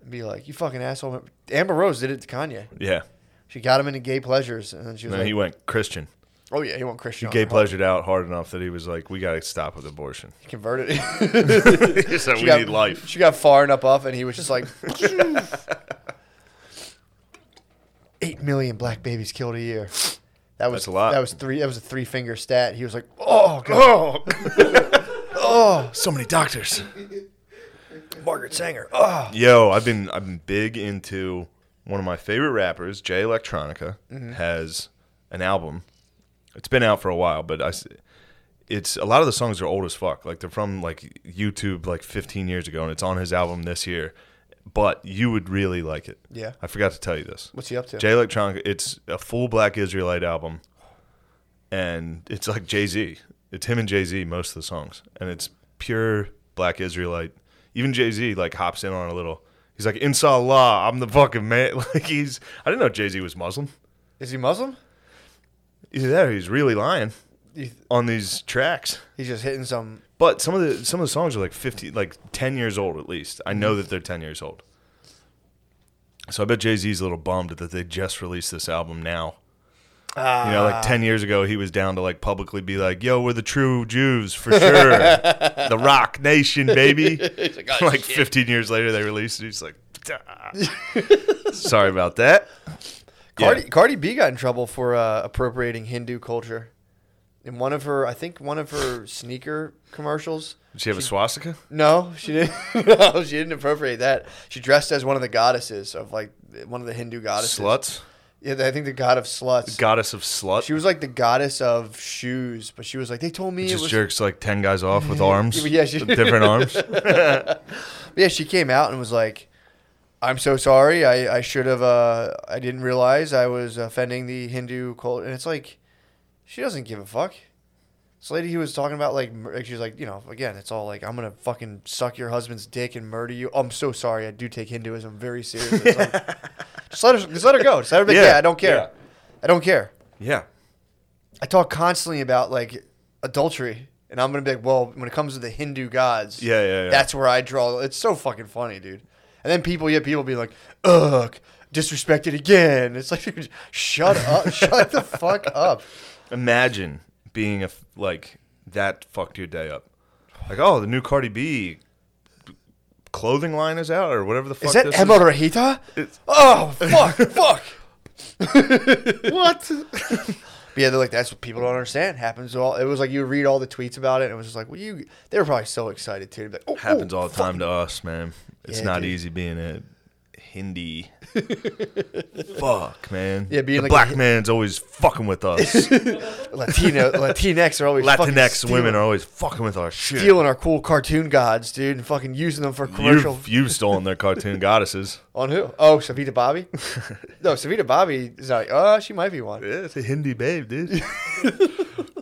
Speaker 1: And be like, you fucking asshole. Amber Rose did it to Kanye.
Speaker 2: Yeah.
Speaker 1: She got him into gay pleasures, and then she was
Speaker 2: And
Speaker 1: like,
Speaker 2: he went Christian.
Speaker 1: "Oh yeah, he went Christian." on
Speaker 2: Gay
Speaker 1: her heart.
Speaker 2: pleasured out hard enough that he was like, "We got to stop
Speaker 1: [laughs]
Speaker 2: with abortion."
Speaker 1: He converted.
Speaker 2: [laughs] He's like,
Speaker 1: She
Speaker 2: "We
Speaker 1: got-
Speaker 2: need life."
Speaker 1: She got far enough off, and he was just like, [laughs] eight million black babies killed a year. That was
Speaker 2: That's a lot.
Speaker 1: That was three. That was a three finger stat. He was like, oh, God. [laughs] oh,
Speaker 2: So many doctors.
Speaker 1: Margaret Sanger. Oh,
Speaker 2: Yo, I've been I've been big into one of my favorite rappers, Jay Electronica,
Speaker 1: Mm-hmm.
Speaker 2: has an album. It's been out for a while, but I s- it's a lot of the songs are old as fuck. Like they're from like YouTube like 15 years ago and it's on his album this year. But you would really like it.
Speaker 1: Yeah.
Speaker 2: I forgot to tell you this.
Speaker 1: what's he up to?
Speaker 2: Jay Electronica, it's a full Black Israelite album, and it's like Jay Z. It's him and Jay Z most of the songs, and it's pure Black Israelite. Even Jay Z like hops in on a little. He's like, "Inshallah, I'm the fucking man." [laughs] Like he's, I didn't know Jay Z was Muslim.
Speaker 1: Is he Muslim?
Speaker 2: Either that, or he's really lying
Speaker 1: He-
Speaker 2: on these tracks.
Speaker 1: He's just hitting some.
Speaker 2: But some of the some of the songs are like fifty, like ten years old at least. I
Speaker 1: Mm-hmm.
Speaker 2: know that they're ten years old. So I bet Jay Z's a little bummed that they just released this album now.
Speaker 1: Ah,
Speaker 2: You know, like 10 years ago, he was down to like publicly be like, yo, we're the true Jews for
Speaker 1: [laughs]
Speaker 2: sure. the Rock Nation, baby.
Speaker 1: like, "Oh,
Speaker 2: like 15 years later, they released it. He's like,
Speaker 1: [laughs]
Speaker 2: "Ah." sorry about that.
Speaker 1: Cardi, Cardi B got in trouble for uh, appropriating Hindu culture. In one of her, I think one of her sneaker commercials.
Speaker 2: Did she have a swastika?
Speaker 1: No, she didn't. [laughs] no, she didn't appropriate that. She dressed as one of the goddesses of like one of the Hindu goddesses.
Speaker 2: Sluts?
Speaker 1: Yeah, I think the god of sluts.
Speaker 2: Goddess of slut?
Speaker 1: She was like the goddess of shoes, but she was like they told me it
Speaker 2: Just
Speaker 1: was.
Speaker 2: jerks like 10 guys off with arms.
Speaker 1: [laughs] Yeah, she-
Speaker 2: with different arms.
Speaker 1: Yeah, she came out and was like, "I'm so sorry. I, I should have. Uh, I didn't realize I was offending the Hindu cult." And it's like, she doesn't give a fuck. This lady who was talking about like, mur- like she's like, you know, again, it's all like, I'm gonna fucking suck your husband's dick and murder you. I'm so sorry. I do take Hinduism very seriously. It's
Speaker 2: [laughs]
Speaker 1: like, just let her, just let her go. Just let her be. like,
Speaker 2: Yeah,
Speaker 1: yeah I don't care.
Speaker 2: yeah.
Speaker 1: I don't care.
Speaker 2: Yeah.
Speaker 1: I talk constantly about like adultery, and I'm gonna be like, well, when it comes to the Hindu gods,
Speaker 2: Yeah, yeah, yeah.
Speaker 1: that's where I draw. It's so fucking funny, dude. And then people, yeah, people be like, ugh, disrespected again. It's like, dude, shut up, [laughs] shut the fuck up.
Speaker 2: Imagine being a, f- like, that fucked your day up. Like, oh, the new Cardi B clothing line is out or whatever the fuck
Speaker 1: Is that
Speaker 2: this
Speaker 1: Emma Rahita?
Speaker 2: It's-
Speaker 1: Oh
Speaker 2: [laughs]
Speaker 1: fuck, fuck.
Speaker 2: What?
Speaker 1: [laughs] But yeah, they're like, that's what people don't understand. It happens all. It was like you read all the tweets about it, and it was just like, well, you. They were probably so excited too. Like, oh,
Speaker 2: Happens
Speaker 1: oh,
Speaker 2: all the time to us, man. It's
Speaker 1: Yeah,
Speaker 2: not
Speaker 1: dude.
Speaker 2: easy being a
Speaker 1: [laughs]
Speaker 2: Hindi. Fuck, man.
Speaker 1: Yeah, being
Speaker 2: the
Speaker 1: like a
Speaker 2: black
Speaker 1: Hi-
Speaker 2: man's always fucking with us. [laughs]
Speaker 1: Latino, Latinx are always [laughs] fucking
Speaker 2: Latinx
Speaker 1: stealing-
Speaker 2: women are always fucking with our shit.
Speaker 1: stealing our cool cartoon gods, dude, and fucking using them for commercial.
Speaker 2: You've, you've stolen
Speaker 1: [laughs]
Speaker 2: their cartoon goddesses.
Speaker 1: On who? Oh, Savita
Speaker 2: [laughs]
Speaker 1: Bobby. no, Savita Bobby is like, oh, she might be one.
Speaker 2: Yeah, it's a Hindi babe, dude. [laughs]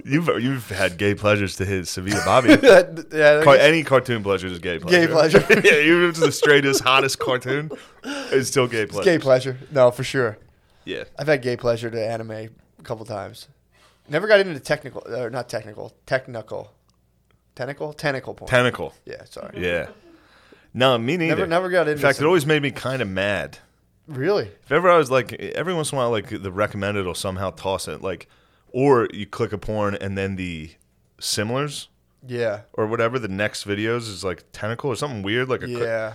Speaker 2: you've you've had gay pleasures to his
Speaker 1: [laughs]
Speaker 2: Savita
Speaker 1: [laughs]
Speaker 2: Bobby.
Speaker 1: yeah, that-
Speaker 2: Car- any cartoon pleasure is gay pleasure.
Speaker 1: pleasure.
Speaker 2: [laughs] yeah, even if it's the straightest, hottest cartoon, it's still gay pleasure.
Speaker 1: gay pleasure. No, for sure.
Speaker 2: yeah.
Speaker 1: I've had gay pleasure to anime a couple times. Never got into technical, or not technical, technical, tentacle, tentacle porn.
Speaker 2: Tentacle.
Speaker 1: yeah, sorry.
Speaker 2: Yeah. No, me neither.
Speaker 1: Never- never got
Speaker 2: In
Speaker 1: into
Speaker 2: fact,
Speaker 1: some-
Speaker 2: it always made me kind of mad.
Speaker 1: Really?
Speaker 2: If ever I was like, every once in a while, like the recommended will somehow toss it, like, or you click a porn and then the similars
Speaker 1: Yeah.
Speaker 2: or whatever the next videos is like tentacle or something weird, like a. cr-
Speaker 1: Yeah.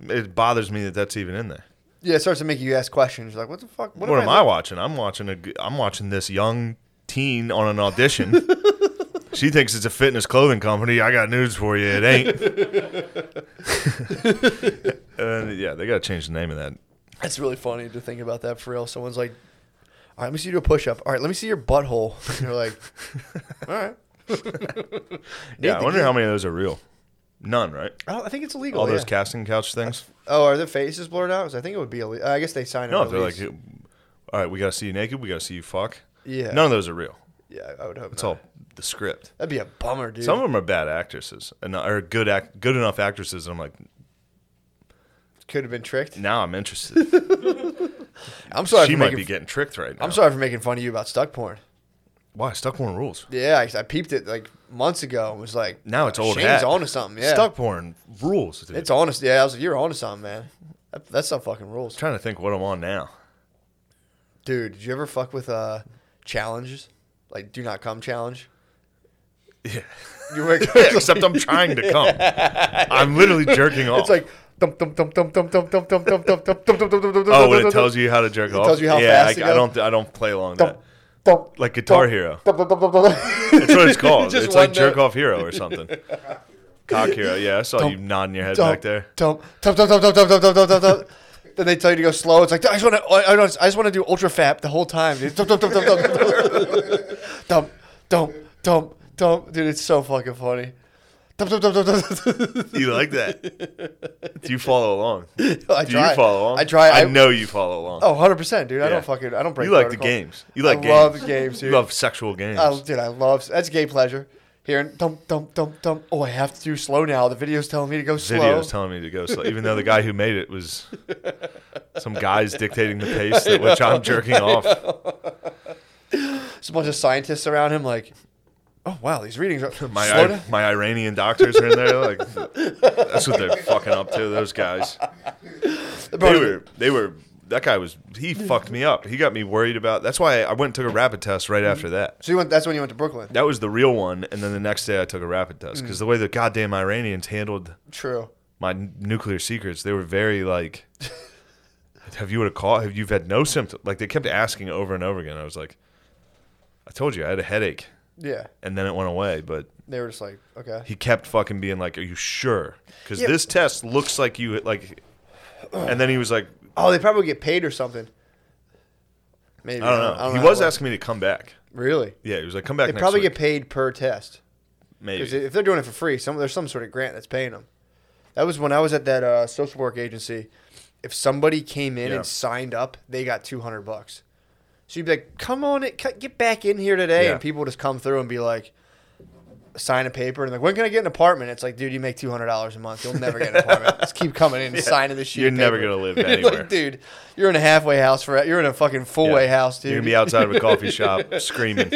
Speaker 2: it bothers me that that's even in there.
Speaker 1: Yeah, it starts to make you ask questions. You're like, what the fuck?
Speaker 2: What, am I watching? I'm watching a. g- I'm watching this young teen on
Speaker 1: [laughs]
Speaker 2: an audition. she thinks it's a fitness clothing company. I got news for you. It
Speaker 1: [laughs]
Speaker 2: ain't. and Uh, yeah, they gotta change the name of that.
Speaker 1: That's really funny to think about that for real. Someone's like, all right, let me see you do a push up. All right, let me see your butthole. [laughs] And you're like, all
Speaker 2: [laughs]
Speaker 1: right.
Speaker 2: Yeah, I
Speaker 1: the
Speaker 2: wonder
Speaker 1: gear.
Speaker 2: how many of those are real. None, right?
Speaker 1: I, don't, Oh, I think it's illegal.
Speaker 2: All those
Speaker 1: yeah.
Speaker 2: casting couch things.
Speaker 1: Oh, are their faces blurred out? 'Cause I think it would be. Ille- I guess they sign.
Speaker 2: No,
Speaker 1: a
Speaker 2: they're like,
Speaker 1: release.
Speaker 2: all right, we gotta see you naked. We gotta see you fuck.
Speaker 1: yeah,
Speaker 2: None of those are real.
Speaker 1: yeah. I would hope
Speaker 2: It's
Speaker 1: not.
Speaker 2: all the script.
Speaker 1: That'd be a bummer, dude.
Speaker 2: Some of them are bad actresses and are good act, good enough actresses. And I'm like,
Speaker 1: Could have been tricked.
Speaker 2: now I'm interested.
Speaker 1: [laughs] I'm sorry.
Speaker 2: she
Speaker 1: for
Speaker 2: might
Speaker 1: making
Speaker 2: be
Speaker 1: f-
Speaker 2: getting tricked right now.
Speaker 1: I'm sorry for making fun of you about stuck porn.
Speaker 2: Why stuck porn rules?
Speaker 1: Yeah, I, I peeped it like months ago and was like,
Speaker 2: Now it's old
Speaker 1: Shane's
Speaker 2: hat.
Speaker 1: onto something. Yeah,
Speaker 2: Stuck porn rules. Dude.
Speaker 1: It's honest. Yeah, I was like, you're onto something, man. That, that's some fucking rules,
Speaker 2: trying to think what I'm on now. [laughs]
Speaker 1: dude. Did you ever fuck with uh challenges? Like, do not come challenge.
Speaker 2: Yeah.
Speaker 1: You were
Speaker 2: [laughs] Except I'm trying to come. I'm literally jerking
Speaker 1: [laughs]
Speaker 2: off.
Speaker 1: It's like. Dum, dum, dum, dum, dum, dum, dum, dum, dum, dum, dum, dum, dum, dum, dum, dum,
Speaker 2: oh, when
Speaker 1: dum,
Speaker 2: it
Speaker 1: dum, [laughs]
Speaker 2: tells you how to jerk off.
Speaker 1: tells you how
Speaker 2: yeah,
Speaker 1: fast
Speaker 2: I,
Speaker 1: to
Speaker 2: I
Speaker 1: go.
Speaker 2: don't. I don't play along
Speaker 1: Dum,
Speaker 2: that.
Speaker 1: thump,
Speaker 2: Like Guitar
Speaker 1: thump,
Speaker 2: Hero.
Speaker 1: thump, thump, thump, thump, thump.
Speaker 2: That's
Speaker 1: [laughs]
Speaker 2: what it's called.
Speaker 1: Just
Speaker 2: it's like
Speaker 1: one
Speaker 2: Jerk
Speaker 1: note.
Speaker 2: Off Hero or
Speaker 1: [laughs]
Speaker 2: something. Cock Hero. Yeah, I saw you nodding your head back there.
Speaker 1: Dump, dump, dump, dump, dump, dump, dump, dump, dump, dump, dump. Then they tell you to go slow. It's like I just want to, I, I don't- I just want to do ultra fap the whole time. Dude. Dump, dump, dump, dump, [laughs] dump, dump, dump, dump, dump. Dude, it's so fucking funny. Dump, dump, dump, dump, dump, dump.
Speaker 2: You like that? Do you follow along?
Speaker 1: [laughs] I
Speaker 2: Do
Speaker 1: try.
Speaker 2: you follow along?
Speaker 1: I try.
Speaker 2: I,
Speaker 1: I-
Speaker 2: know you follow along.
Speaker 1: Oh, 100 percent, dude. I
Speaker 2: Yeah.
Speaker 1: don't fucking, I don't break.
Speaker 2: you like the
Speaker 1: protocol.
Speaker 2: games. You like
Speaker 1: I
Speaker 2: games.
Speaker 1: love games, dude.
Speaker 2: You love sexual games.
Speaker 1: Oh, dude, I love that's gay pleasure. Hearing dump, dump, dump, dump. Oh, I have to do slow now. The video's telling me to go slow.
Speaker 2: Videos telling me to go slow, even though the guy who made it was some guys dictating the pace, that, which I'm jerking off.
Speaker 1: There's a bunch of scientists around him, like, oh wow, these readings are
Speaker 2: [laughs] My
Speaker 1: slow
Speaker 2: I-
Speaker 1: down.
Speaker 2: my Iranian doctors are in there. Like that's what they're fucking up to. Those guys.
Speaker 1: Bro,
Speaker 2: They were. They were. That guy was. He fucked me up. He got me worried about. That's why I went and took a rapid test right after that.
Speaker 1: So you went. That's when you went to Brooklyn.
Speaker 2: That was the real one, and then the next day I took a rapid test because the way the goddamn Iranians handled
Speaker 1: True.
Speaker 2: my n- nuclear secrets, they were very like, "Have you had a call? Have you had no symptoms?" Like they kept asking over and over again. I was like, "I told you I had a headache,
Speaker 1: Yeah.
Speaker 2: and then it went away." But
Speaker 1: They were just like, okay.
Speaker 2: he kept fucking being like, "Are you sure?" Because
Speaker 1: Yeah.
Speaker 2: this test looks like you like, and then he was like,
Speaker 1: Oh, they probably get paid or something. Maybe.
Speaker 2: "I don't know." he
Speaker 1: how it
Speaker 2: was
Speaker 1: works.
Speaker 2: asking me to come back.
Speaker 1: Really.
Speaker 2: Yeah, he was like, "Come back."
Speaker 1: They
Speaker 2: next
Speaker 1: probably
Speaker 2: week.
Speaker 1: get paid per test. Because
Speaker 2: maybe.
Speaker 1: if they're doing it for free, some there's some sort of grant that's paying them. That was when I was at that uh, social work agency. If somebody came in
Speaker 2: Yeah.
Speaker 1: and signed up, they got two hundred bucks. So you'd be like, "Come on, it cut- get back in here today,"
Speaker 2: Yeah.
Speaker 1: and people would just come through and be like, "Sign a paper," and like, "When can I get an apartment?" It's like, dude, you make two hundred dollars a month, you'll never get an
Speaker 2: [laughs]
Speaker 1: apartment. Just keep coming in and signing this shit.
Speaker 2: You're
Speaker 1: [laughs]
Speaker 2: never gonna live anywhere.
Speaker 1: like, dude, you're in a halfway house for you're in a fucking full
Speaker 2: Yeah.
Speaker 1: way house, dude.
Speaker 2: You're gonna be outside of a coffee shop
Speaker 1: [laughs]
Speaker 2: screaming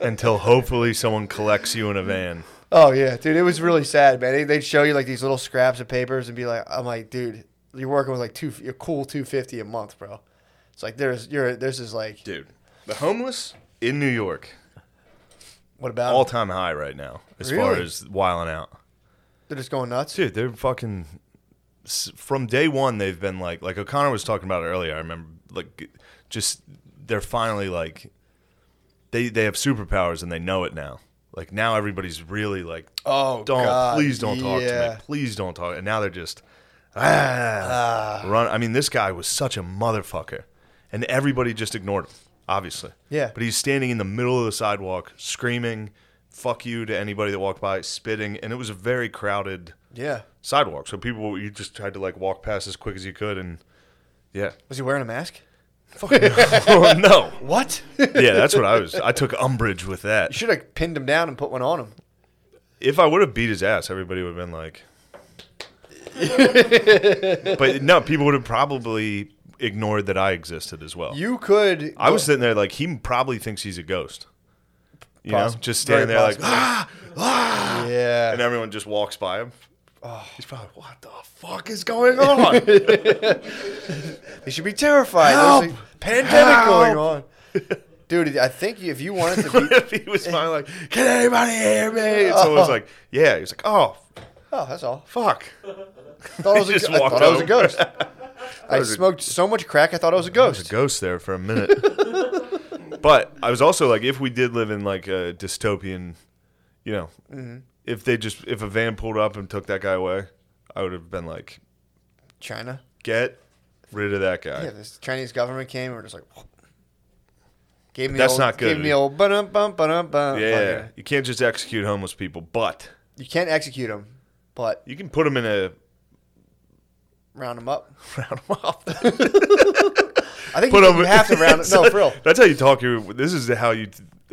Speaker 2: until hopefully someone collects you in a van.
Speaker 1: Oh yeah, dude, it was really sad, man. They- They'd show you like these little scraps of papers and be like, "I'm like, dude, you're working with like two, you're cool two fifty a month, bro." It's like there's you're there's is like
Speaker 2: Dude, the homeless in New York,
Speaker 1: what about
Speaker 2: all
Speaker 1: them?
Speaker 2: time high right now as far
Speaker 1: Really?
Speaker 2: as whiling out.
Speaker 1: they're just going nuts.
Speaker 2: Dude, they're fucking s- from day one. They've been like, like O'Connor was talking about earlier. I remember, like, just they're finally like, they they have superpowers and they know it now. Like now everybody's really like,
Speaker 1: Oh,
Speaker 2: don't
Speaker 1: God,
Speaker 2: please don't talk to
Speaker 1: yeah.
Speaker 2: me, please don't talk. And now they're just ah, run. I mean, this guy was such a motherfucker, and everybody just ignored him. Obviously,
Speaker 1: Yeah.
Speaker 2: But he's standing in the middle of the sidewalk, screaming "fuck you" to anybody that walked by, spitting, and it was a very crowded
Speaker 1: Yeah,
Speaker 2: sidewalk. So people, you just tried to like walk past as quick as you could, and yeah, [laughs]
Speaker 1: was he wearing a mask?
Speaker 2: no,
Speaker 1: [laughs] What?
Speaker 2: yeah, that's what I was. I took umbrage with that.
Speaker 1: you should have pinned him down and put one on him.
Speaker 2: If I would have beat his ass, everybody would have
Speaker 1: [laughs]
Speaker 2: been like, but no, people would have probably ignored that I existed as well.
Speaker 1: You could.
Speaker 2: I was sitting there like he probably thinks he's a ghost. You know,
Speaker 1: Possi-
Speaker 2: just standing
Speaker 1: very
Speaker 2: there like,
Speaker 1: possibly.
Speaker 2: ah,
Speaker 1: Yeah.
Speaker 2: and everyone just walks by him.
Speaker 1: Oh.
Speaker 2: He's probably, what the fuck
Speaker 1: [laughs]
Speaker 2: is going on?
Speaker 1: They should be terrified.
Speaker 2: Help!
Speaker 1: There's a pandemic
Speaker 2: Help!
Speaker 1: going
Speaker 2: [laughs]
Speaker 1: on. Dude, I think if you wanted to be,
Speaker 2: if [laughs] he was finally like, "Can anybody hear me?" And someone's like, "Yeah." He's like, "Oh,
Speaker 1: oh, that's all.
Speaker 2: fuck."
Speaker 1: Thought I was a,
Speaker 2: just
Speaker 1: I
Speaker 2: walked
Speaker 1: thought I was a
Speaker 2: over. [laughs]
Speaker 1: ghost. I
Speaker 2: was a-
Speaker 1: smoked so much crack, I thought I was a
Speaker 2: There's a
Speaker 1: ghost.
Speaker 2: ghost there for a minute. [laughs] but I was also like, if we did live in like a dystopian, you know,
Speaker 1: Mm-hmm.
Speaker 2: if they just if a van pulled up and took that guy away, I would have been like,
Speaker 1: China.
Speaker 2: "Get rid of that guy."
Speaker 1: Yeah, this Chinese government came and were just like, whoop. gave me
Speaker 2: That's
Speaker 1: old,
Speaker 2: not good.
Speaker 1: Gave me the old bum bum bum bum.
Speaker 2: Yeah, you can't just execute homeless people, but
Speaker 1: you can't execute them, but
Speaker 2: you can put them in a
Speaker 1: round them up.
Speaker 2: [laughs] round 'em up.
Speaker 1: [laughs] I think
Speaker 2: Put
Speaker 1: you,
Speaker 2: 'em-
Speaker 1: you have to
Speaker 2: [laughs]
Speaker 1: round it. No, for real.
Speaker 2: That's how you talk. Your, this is how you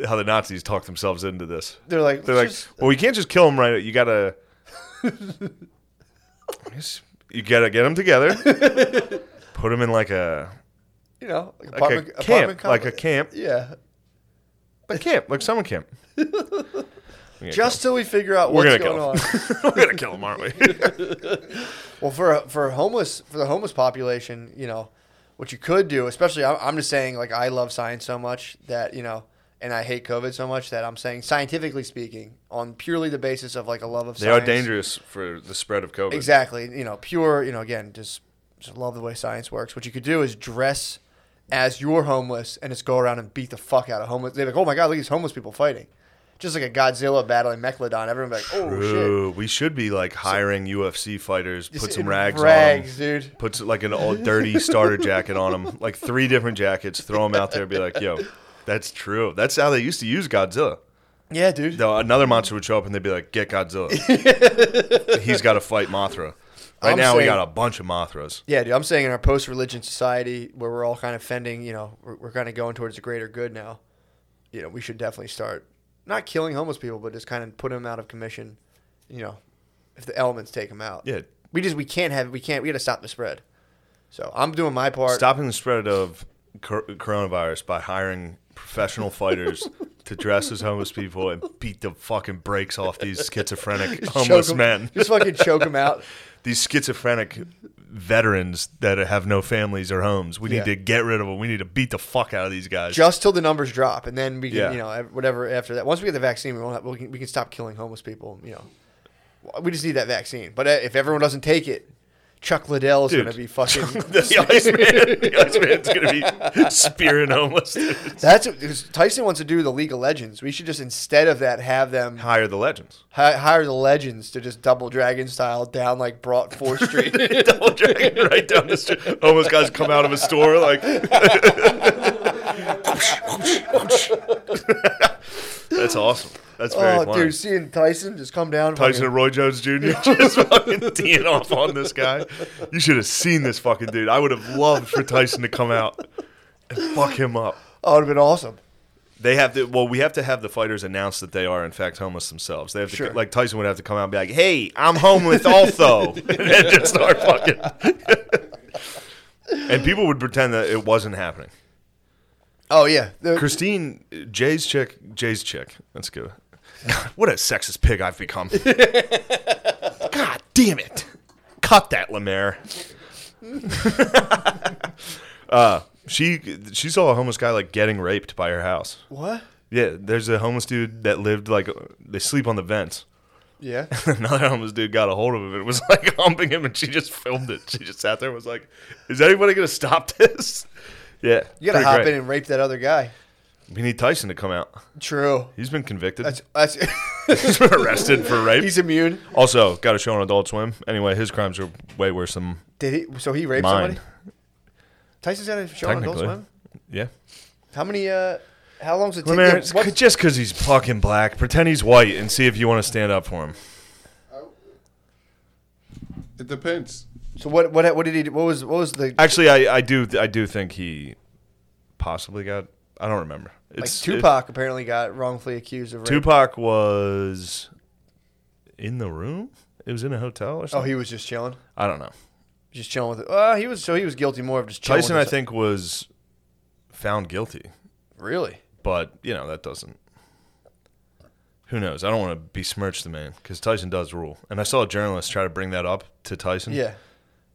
Speaker 2: how the Nazis talk themselves into this.
Speaker 1: They're like,
Speaker 2: They're like,
Speaker 1: "Let's just-
Speaker 2: well, we can't just kill him right. You
Speaker 1: [laughs]
Speaker 2: gotta, you gotta get
Speaker 1: [laughs]
Speaker 2: them together, put them in like a
Speaker 1: you know, like
Speaker 2: like
Speaker 1: apartment,
Speaker 2: a
Speaker 1: apartment
Speaker 2: camp, like a
Speaker 1: complex.
Speaker 2: camp,
Speaker 1: Yeah, [laughs]
Speaker 2: like camp, like summer camp. We're gonna
Speaker 1: just till we figure out
Speaker 2: kill 'em. we're
Speaker 1: what's
Speaker 2: gonna
Speaker 1: going
Speaker 2: kill
Speaker 1: on.
Speaker 2: him. [laughs] we're gonna kill him,
Speaker 1: [laughs]
Speaker 2: aren't we?
Speaker 1: Well, for for homeless for the homeless population, you know, what you could do, especially I'm, I'm just saying, like I love science so much that you know, and I hate COVID so much that I'm saying, scientifically speaking, on purely the basis of like a love of
Speaker 2: they
Speaker 1: science,
Speaker 2: are dangerous for the spread of COVID.
Speaker 1: Exactly, you know, pure, you know, again, just just love the way science works. What you could do is dress as you're homeless and just go around and beat the fuck out of homeless. They're like, oh my god, look at these homeless people fighting, just like a Godzilla battling Megalodon. Everyone be like, oh shit,
Speaker 2: True. We should be like hiring UFC fighters, put
Speaker 1: Just
Speaker 2: some rags,
Speaker 1: rags,
Speaker 2: on 'em,
Speaker 1: dude.
Speaker 2: Puts like an old dirty
Speaker 1: [laughs]
Speaker 2: starter jacket on them, like three different jackets. Throw them out there, be like, "Yo, that's true. That's how they used to use Godzilla."
Speaker 1: yeah, dude.
Speaker 2: Though another monster would show up and they'd be like, "Get
Speaker 1: [laughs]
Speaker 2: Godzilla." He's got to fight Mothra. Right
Speaker 1: I'm
Speaker 2: now, we
Speaker 1: saying-
Speaker 2: got a bunch of Mothras.
Speaker 1: Yeah, dude. I'm saying in our post-religion society where we're all kind of fending, you know, we're, we're kind of going towards the greater good now. You know, we should definitely start not killing homeless people, but just kind of put them out of commission. You know, if the elements take them out.
Speaker 2: Yeah,
Speaker 1: We just we can't have we can't we got to stop the spread. So I'm doing my part.
Speaker 2: stopping the spread of cor- coronavirus by hiring
Speaker 1: [laughs]
Speaker 2: professional fighters to dress as homeless people and beat the fucking brakes off these
Speaker 1: [laughs]
Speaker 2: schizophrenic
Speaker 1: Choke
Speaker 2: homeless
Speaker 1: 'em-
Speaker 2: men.
Speaker 1: Just fucking choke them
Speaker 2: [laughs]
Speaker 1: out.
Speaker 2: These schizophrenic veterans that have no families or homes. We need
Speaker 1: Yeah.
Speaker 2: to get rid of them. We need to beat the fuck out of these guys.
Speaker 1: just till the numbers drop, and then we can,
Speaker 2: Yeah.
Speaker 1: you know, ev- whatever after that. Once we get the vaccine, we won't have, we, can, we can stop killing homeless people. You know, we just need that vaccine. But uh, if everyone doesn't take it, Chuck Liddell is
Speaker 2: Dude.
Speaker 1: going to be fucking.
Speaker 2: [laughs] the Iceman, the Iceman's gonna be spearing
Speaker 1: [laughs]
Speaker 2: homeless. dudes.
Speaker 1: That's what- 'cause Tyson wants to do the League of Legends. We should just instead of that have them hi-
Speaker 2: Hire the legends.
Speaker 1: hire the legends to just double dragon style down like Broad
Speaker 2: [laughs]
Speaker 1: Fourth Street.
Speaker 2: Double dragon right down the street. Homeless guys come out of a store like. [laughs] That's awesome. That's very
Speaker 1: oh,
Speaker 2: funny.
Speaker 1: dude, seeing Tyson just come down.
Speaker 2: Tyson
Speaker 1: fucking-
Speaker 2: and Roy Jones Jr.
Speaker 1: [laughs]
Speaker 2: just fucking teeing off on this guy. You should have seen this fucking dude. I would have loved for Tyson to come out and fuck him up.
Speaker 1: oh, it'd have been awesome.
Speaker 2: They have to. Well, we have to have the fighters announce that they are in fact homeless themselves. They have to,
Speaker 1: Sure.
Speaker 2: like Tyson would have to come out and be like, "Hey, I'm homeless also," and then just start fucking. [laughs] and people would pretend that it wasn't happening.
Speaker 1: Oh yeah, The-
Speaker 2: Christine, Jay's chick, Jay's chick. That's good. God, what a sexist pig I've become. God damn it! Cut that, Lemaire. [laughs] uh, she she saw a homeless guy like getting raped by her house.
Speaker 1: what?
Speaker 2: Yeah, there's a homeless dude that lived like they sleep on the vents. [laughs]
Speaker 1: Yeah.
Speaker 2: Another homeless dude got a hold of him and was like [laughs] humping him, and she just filmed it. She just sat there and was like, "Is anybody gonna stop [laughs] this?" Yeah,
Speaker 1: You gotta
Speaker 2: pretty
Speaker 1: hop
Speaker 2: great.
Speaker 1: in and rape that other guy.
Speaker 2: We need Tyson to come out.
Speaker 1: True.
Speaker 2: He's been convicted.
Speaker 1: That's that's.
Speaker 2: [laughs]
Speaker 1: [laughs]
Speaker 2: He's been arrested for rape.
Speaker 1: He's immune.
Speaker 2: also, got a show on Adult Swim. Anyway, his crimes are way worse than
Speaker 1: Did he? So he raped
Speaker 2: mine.
Speaker 1: somebody. Tyson's got a show on Adult
Speaker 2: Technically,
Speaker 1: Swim.
Speaker 2: yeah.
Speaker 1: How many? Uh, how long's it take?
Speaker 2: Lemaire,
Speaker 1: Yeah,
Speaker 2: it's
Speaker 1: what-
Speaker 2: c- just because he's fucking black, pretend he's white and see if you want to stand up for him.
Speaker 3: It depends.
Speaker 1: so what? What? What did he? do? What was? What was the?
Speaker 2: Actually, I, I do I do think he possibly got. I don't remember.
Speaker 1: Like
Speaker 2: It's it-
Speaker 1: Tupac apparently got wrongfully accused of rape.
Speaker 2: Tupac was in the room. It was in a hotel or
Speaker 1: Oh,
Speaker 2: something.
Speaker 1: he was just chilling.
Speaker 2: I don't know.
Speaker 1: Just chilling with it. Uh, he was so he was guilty more of just chilling.
Speaker 2: Tyson,
Speaker 1: with
Speaker 2: I
Speaker 1: some-
Speaker 2: think, was found guilty,
Speaker 1: really.
Speaker 2: but you know that doesn't. Who knows? I don't want to besmirch the man because Tyson does rule. And I saw a journalist try to bring that up to Tyson.
Speaker 1: Yeah,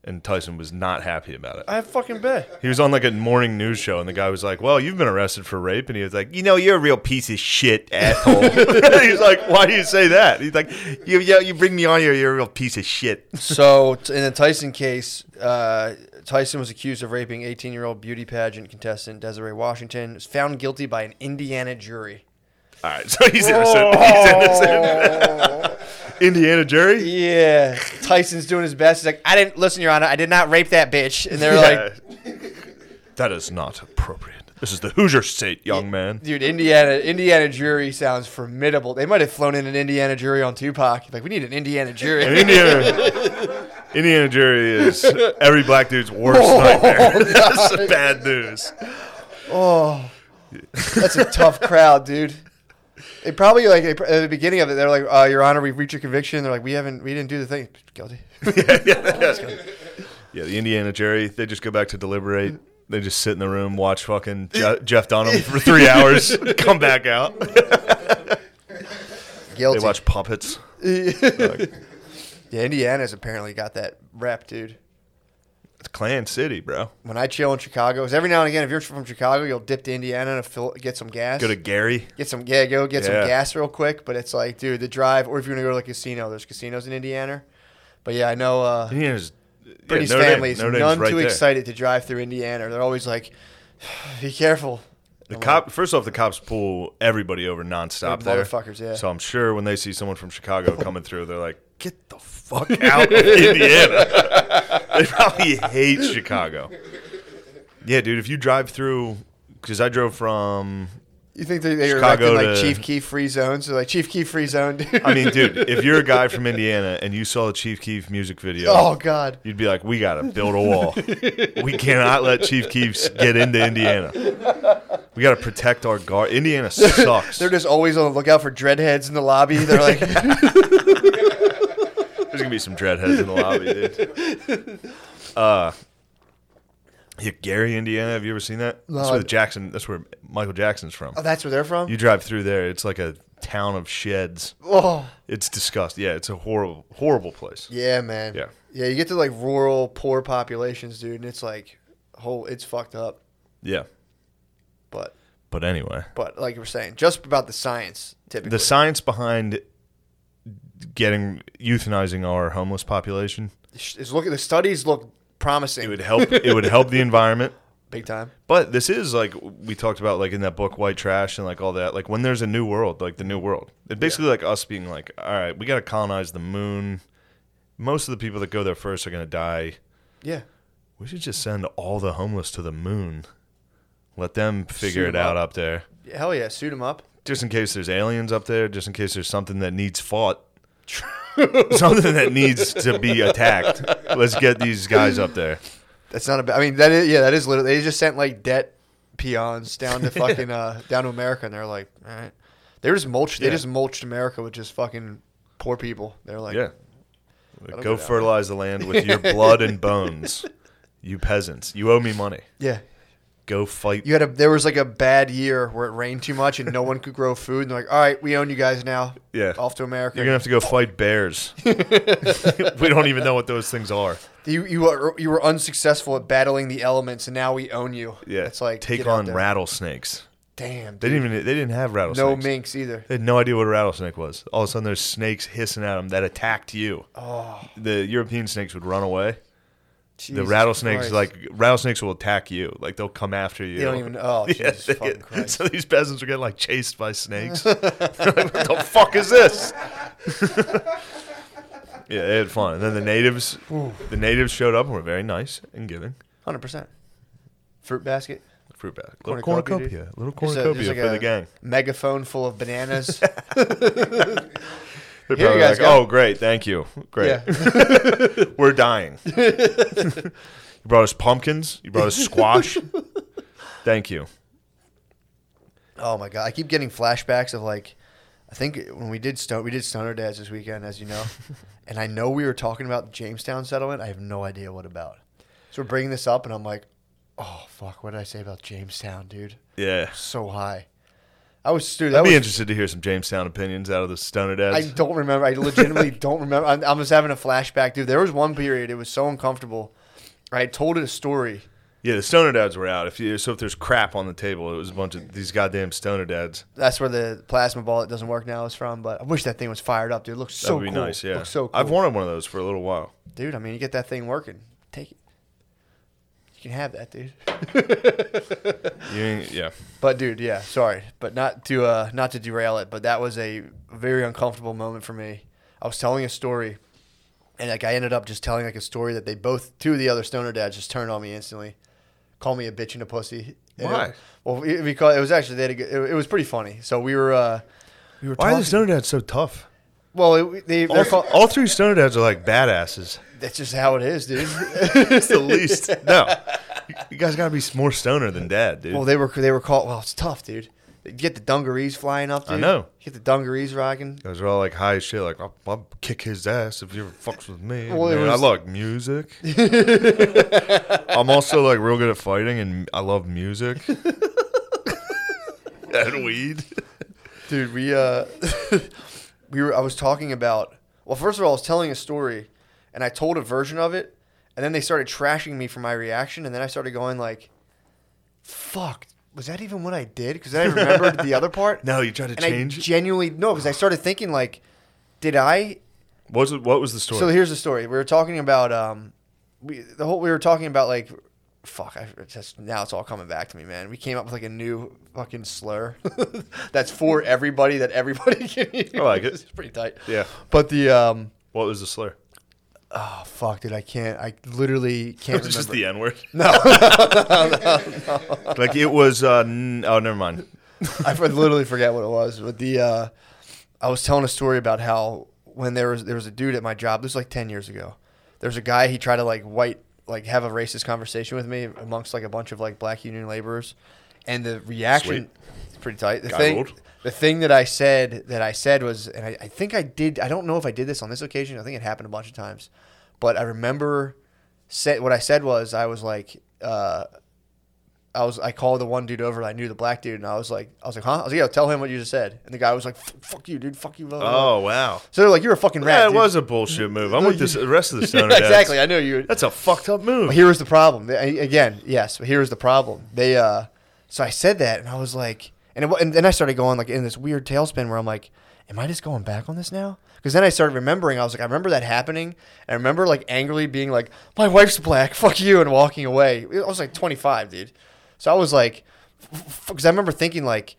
Speaker 2: And Tyson was not happy about it.
Speaker 1: I fucking bet.
Speaker 2: He was on like a morning news show, and the guy was like, "Well, you've been arrested for rape," and he was like, "You know, you're a real piece of shit asshole." [laughs] He's like, "Why do you say that?" He's like, "You, you, you bring me on here, you're a real piece of shit."
Speaker 1: So t- in the Tyson case, uh, Tyson was accused of raping 18-year-old beauty pageant contestant Desiree Washington. Was found guilty by an Indiana jury.
Speaker 2: All right, so he's innocent. [laughs] He's innocent. Indiana jury.
Speaker 1: Yeah, Tyson's doing his best. He's like, I didn't listen, Your Honor. I did not rape that bitch. And they're like,
Speaker 2: that is not appropriate. This is the Hoosier State, young man.
Speaker 1: dude, Indiana, Indiana jury sounds formidable. They might have flown in an Indiana jury on Tupac. Like, we need an Indiana
Speaker 2: And [laughs]
Speaker 1: jury.
Speaker 2: Indiana, Indiana jury is every black dude's worst [laughs] nightmare. That's the bad news.
Speaker 1: That's a tough crowd, dude. They probably like at the beginning of it, they're like, uh, "Your Honor, we've reached your conviction." They're like, "We haven't, we didn't do the thing."
Speaker 2: [laughs]
Speaker 1: Guilty.
Speaker 2: Yeah, the Indiana jury, they just go back to deliberate. They just sit in the room, watch fucking Je- Jeff Dunham for three hours, come back out. They
Speaker 1: Guilty.
Speaker 2: watch puppets.
Speaker 1: [laughs] Yeah, Indiana's apparently got that rep, dude.
Speaker 2: It's Clan City, bro.
Speaker 1: When I chill in Chicago, 'cause every now and again, if you're from Chicago, you'll dip to Indiana to fill, get some gas.
Speaker 2: Go to Gary.
Speaker 1: get some yeah, go get
Speaker 2: Yeah.
Speaker 1: some gas real quick. But it's like, dude, the drive, or if you want to go to like a casino, there's casinos in Indiana. But yeah, I know uh,
Speaker 2: Indiana's yeah,
Speaker 1: Brittany's
Speaker 2: Notre Dame-
Speaker 1: family is
Speaker 2: Notre Dame's
Speaker 1: none
Speaker 2: right
Speaker 1: too
Speaker 2: there.
Speaker 1: excited to drive through Indiana. They're always like, [sighs] Be careful.
Speaker 2: The cop. First off, the cops pull everybody over nonstop.
Speaker 1: They're
Speaker 2: There,
Speaker 1: motherfuckers, yeah.
Speaker 2: So I'm sure when they see someone from Chicago coming through, they're like, "Get the
Speaker 1: [laughs]
Speaker 2: fuck out of Indiana." they probably hate Chicago. Yeah, dude. If you drive through, because I drove from.
Speaker 1: You think they, they are
Speaker 2: Chicago
Speaker 1: erecting, like
Speaker 2: to-
Speaker 1: Chief Key free zones? They're like Chief Key free zone,
Speaker 2: [laughs]
Speaker 1: dude.
Speaker 2: I mean,
Speaker 1: [laughs]
Speaker 2: dude, if you're a guy from Indiana and you saw the Chief Keef music video,
Speaker 1: oh god.
Speaker 2: you'd be like, "We gotta build a wall. we cannot let Chief Keefs get into Indiana. We gotta protect our guard. Indiana sucks.
Speaker 1: They're just always on the lookout for dreadheads in the lobby. They're
Speaker 2: [laughs]
Speaker 1: like,
Speaker 2: There's gonna be some dreadheads in the lobby, dude. Uh, yeah, Gary, Indiana. Have you ever seen that?
Speaker 1: No,
Speaker 2: that's where
Speaker 1: I-
Speaker 2: the Jackson. That's where Michael Jackson's from.
Speaker 1: oh, that's where they're from.
Speaker 2: You drive through there, it's like a town of sheds.
Speaker 1: oh,
Speaker 2: It's disgusting. Yeah, it's a horrible, horrible place.
Speaker 1: yeah, man.
Speaker 2: Yeah.
Speaker 1: yeah. You get to like rural, poor populations, dude, and it's like, whole, it's fucked up.
Speaker 2: Yeah,
Speaker 1: But,
Speaker 2: but anyway,
Speaker 1: but like you were saying, just about the science, typically.
Speaker 2: the science behind getting euthanizing our homeless population
Speaker 1: is look the studies look promising
Speaker 2: it would help. it would help the environment.
Speaker 1: big time.
Speaker 2: But this is like we talked about, like in that book, White Trash, and like all that. Like when there's a new world, like the new world, it's basically like us being like, all right, we got to colonize the moon. Most of the people that go there first are gonna die.
Speaker 1: Yeah,
Speaker 2: We should just send all the homeless to the moon. Let them figure
Speaker 1: Shoot
Speaker 2: it
Speaker 1: 'em
Speaker 2: out up there,
Speaker 1: hell yeah, suit them up.
Speaker 2: just in case there's aliens up there, just in case there's something that needs fought, something that needs to be attacked. Let's get these guys up there.
Speaker 1: That's not a bad. I mean, that is yeah, that is literally. They just sent like debt peons down
Speaker 2: [laughs]
Speaker 1: to fucking uh, down to America, and they're like, all right, they just mulched. They
Speaker 2: Yeah.
Speaker 1: just mulched America with just fucking poor people. They're like,
Speaker 2: Yeah.
Speaker 1: That'll
Speaker 2: Go
Speaker 1: get out.
Speaker 2: fertilize the land with your blood and bones, you peasants. You owe me money.
Speaker 1: yeah.
Speaker 2: Go fight.
Speaker 1: You had a there was like a bad year where it rained too much and no one could grow food, and they're like, all right, we own you guys now.
Speaker 2: Yeah.
Speaker 1: off to America.
Speaker 2: You're gonna have to go
Speaker 1: [laughs]
Speaker 2: fight bears. we don't even know what those things are.
Speaker 1: you you are you were unsuccessful at battling the elements, and now we own you.
Speaker 2: Yeah,
Speaker 1: it's like
Speaker 2: take
Speaker 1: get out
Speaker 2: on
Speaker 1: there.
Speaker 2: rattlesnakes.
Speaker 1: Damn,
Speaker 2: They
Speaker 1: dude.
Speaker 2: didn't even. They didn't have rattlesnakes.
Speaker 1: no minks either.
Speaker 2: They had no idea what a rattlesnake was. All of a sudden, there's snakes hissing at them that attacked you.
Speaker 1: Oh,
Speaker 2: The European snakes would run away. the
Speaker 1: Jesus
Speaker 2: rattlesnakes,
Speaker 1: Christ.
Speaker 2: like rattlesnakes, will attack you. Like they'll come after you.
Speaker 1: They don't even-
Speaker 2: [laughs]
Speaker 1: oh, Jesus
Speaker 2: they
Speaker 1: fucking Christ.
Speaker 2: [laughs] So these peasants are getting like chased
Speaker 1: [laughs]
Speaker 2: by snakes. They're like, what the fuck is this? [laughs] yeah, they had fun. And then the natives, the natives showed up and were very nice and giving
Speaker 1: hundred percent. Fruit basket.
Speaker 2: fruit basket, little
Speaker 1: Cornucopia, dude.
Speaker 2: cornucopia, little
Speaker 1: There's a-
Speaker 2: cornucopia
Speaker 1: there's like
Speaker 2: for
Speaker 1: a
Speaker 2: the gang.
Speaker 1: Megaphone full of
Speaker 2: [laughs]
Speaker 1: bananas.
Speaker 2: They're
Speaker 1: Here you
Speaker 2: probably
Speaker 1: guys
Speaker 2: like,
Speaker 1: go.
Speaker 2: oh, great, thank you, great.
Speaker 1: yeah.
Speaker 2: [laughs] We're dying. you brought us pumpkins. You brought us squash. thank you.
Speaker 1: Oh my god, I keep getting flashbacks of like, I think when we did Stone, we did Stoner Dads this weekend, as you
Speaker 2: [laughs]
Speaker 1: know, and I know we were talking about the Jamestown settlement. I have no idea what about. So we're bringing this up, and I'm like, oh fuck, what did I say about Jamestown, dude?
Speaker 2: Yeah.
Speaker 1: So high. I was dude. That
Speaker 2: I'd be
Speaker 1: was
Speaker 2: interested to hear some Jamestown opinions out of the Stoner
Speaker 1: I
Speaker 2: Dads.
Speaker 1: don't remember. I
Speaker 2: [laughs]
Speaker 1: legitimately don't remember. I'm, I'm just having a flashback, dude. There was one period it was so uncomfortable. I had told it a story.
Speaker 2: yeah, the Stoner Dads were out. If you, so, if there's crap on the table, it was a bunch of these goddamn Stoner Dads.
Speaker 1: That's where the plasma ball that doesn't work now is from. But I wish that thing was fired up, dude. It looks
Speaker 2: That
Speaker 1: so
Speaker 2: would be
Speaker 1: cool.
Speaker 2: nice. Yeah,
Speaker 1: Looks so cool.
Speaker 2: I've wanted one of those for a little while.
Speaker 1: dude. I mean, you get that thing working, take it. You can have that, dude.
Speaker 2: You ain't, yeah,
Speaker 1: But dude, yeah, sorry, but not to uh, not to derail it. But that was a very uncomfortable moment for me. I was telling a story, and like I ended up just telling like a story that they both two of the other stoner dads just turned on me instantly, called me a bitch and a pussy. And it-
Speaker 2: Why?
Speaker 1: well, it- because it was actually they had a good, it, it was pretty funny. So we were uh, we were
Speaker 2: why are the
Speaker 1: talking.
Speaker 2: Stoner Dads so tough?
Speaker 1: well, it, they, they're
Speaker 2: All,
Speaker 1: called,
Speaker 2: all three Stoner Dads are like
Speaker 1: [laughs]
Speaker 2: badasses.
Speaker 1: that's just how it is, dude.
Speaker 2: [laughs] It's the least. No, you guys gotta be more Stoner than Dad, dude.
Speaker 1: Well, they were they were called. Well, it's tough, dude. You get the dungarees flying up.
Speaker 2: I
Speaker 1: Dude.
Speaker 2: know.
Speaker 1: Get the dungarees rocking.
Speaker 2: guys are all like high as shit. Like I'll, I'll kick his ass if you ever fucks with me.
Speaker 1: Well, it
Speaker 2: Man, I
Speaker 1: was-
Speaker 2: like music.
Speaker 1: [laughs]
Speaker 2: I'm also like real good at fighting, and I love music
Speaker 1: [laughs]
Speaker 2: and weed.
Speaker 1: dude we uh [laughs] we were i was talking about well first of all i was telling a story and i told a version of it and then they started trashing me for my reaction and then i started going like fuck was that even what i did because i remembered the other part
Speaker 2: [laughs] No, you tried to
Speaker 1: and
Speaker 2: change.
Speaker 1: i
Speaker 2: it?
Speaker 1: genuinely no because i started thinking like did i
Speaker 2: what was it, what was the story?
Speaker 1: so here's the story we were talking about um we the whole we were talking about like fuck, I it's just now it's all coming back to me, man. We came up with like a new fucking slur [laughs] that's for everybody that everybody [laughs] can use.
Speaker 2: Oh, I like it.
Speaker 1: It's pretty tight.
Speaker 2: Yeah.
Speaker 1: But the um
Speaker 2: What was
Speaker 1: [laughs]
Speaker 2: the slur?
Speaker 1: oh fuck, dude, I can't. I literally can't remember.
Speaker 2: Just the N word. [laughs]
Speaker 1: no,
Speaker 2: like it was. Uh, n- oh, never mind.
Speaker 1: [laughs] I f- literally forget what it was. But the uh, I was telling a story about how when there was there was a dude at my job. This was like ten years ago. There was a guy he tried to like white like have a racist conversation with me amongst like a bunch of like black union laborers, and the reaction it's pretty tight. The
Speaker 2: Guy
Speaker 1: thing
Speaker 2: ruled.
Speaker 1: the thing that I said that I said was, and I, I think I did. I don't know if I did this on this occasion. I think it happened a bunch of times, but I remember said what I said was I was like. Uh, I was I called the one dude over. I knew the black dude, and I was like, I was like, huh? I was like, yo, tell him what you just said. And the guy was like, "F- fuck you, dude, fuck you. Blah, blah, blah."
Speaker 2: Oh wow.
Speaker 1: so they're like, you're a fucking rat.
Speaker 2: Yeah, it
Speaker 1: dude."
Speaker 2: was a bullshit move. I'm with this, the rest of
Speaker 1: [laughs]
Speaker 2: the
Speaker 1: Yeah,
Speaker 2: stoner. dads.
Speaker 1: exactly. I know you.
Speaker 2: That's a fucked up move.
Speaker 1: But here was the problem. They- Again, yes. But here was the problem. They uh, so I said that, and I was like, and it, wa- and then I started going like in this weird tailspin where I'm like, am I just going back on this now? Because then I started remembering. I was like, I remember that happening. And I remember like angrily being like, my wife's black. [laughs] Fuck you, and walking away. I was like 25, dude. So I was like, because I remember thinking like,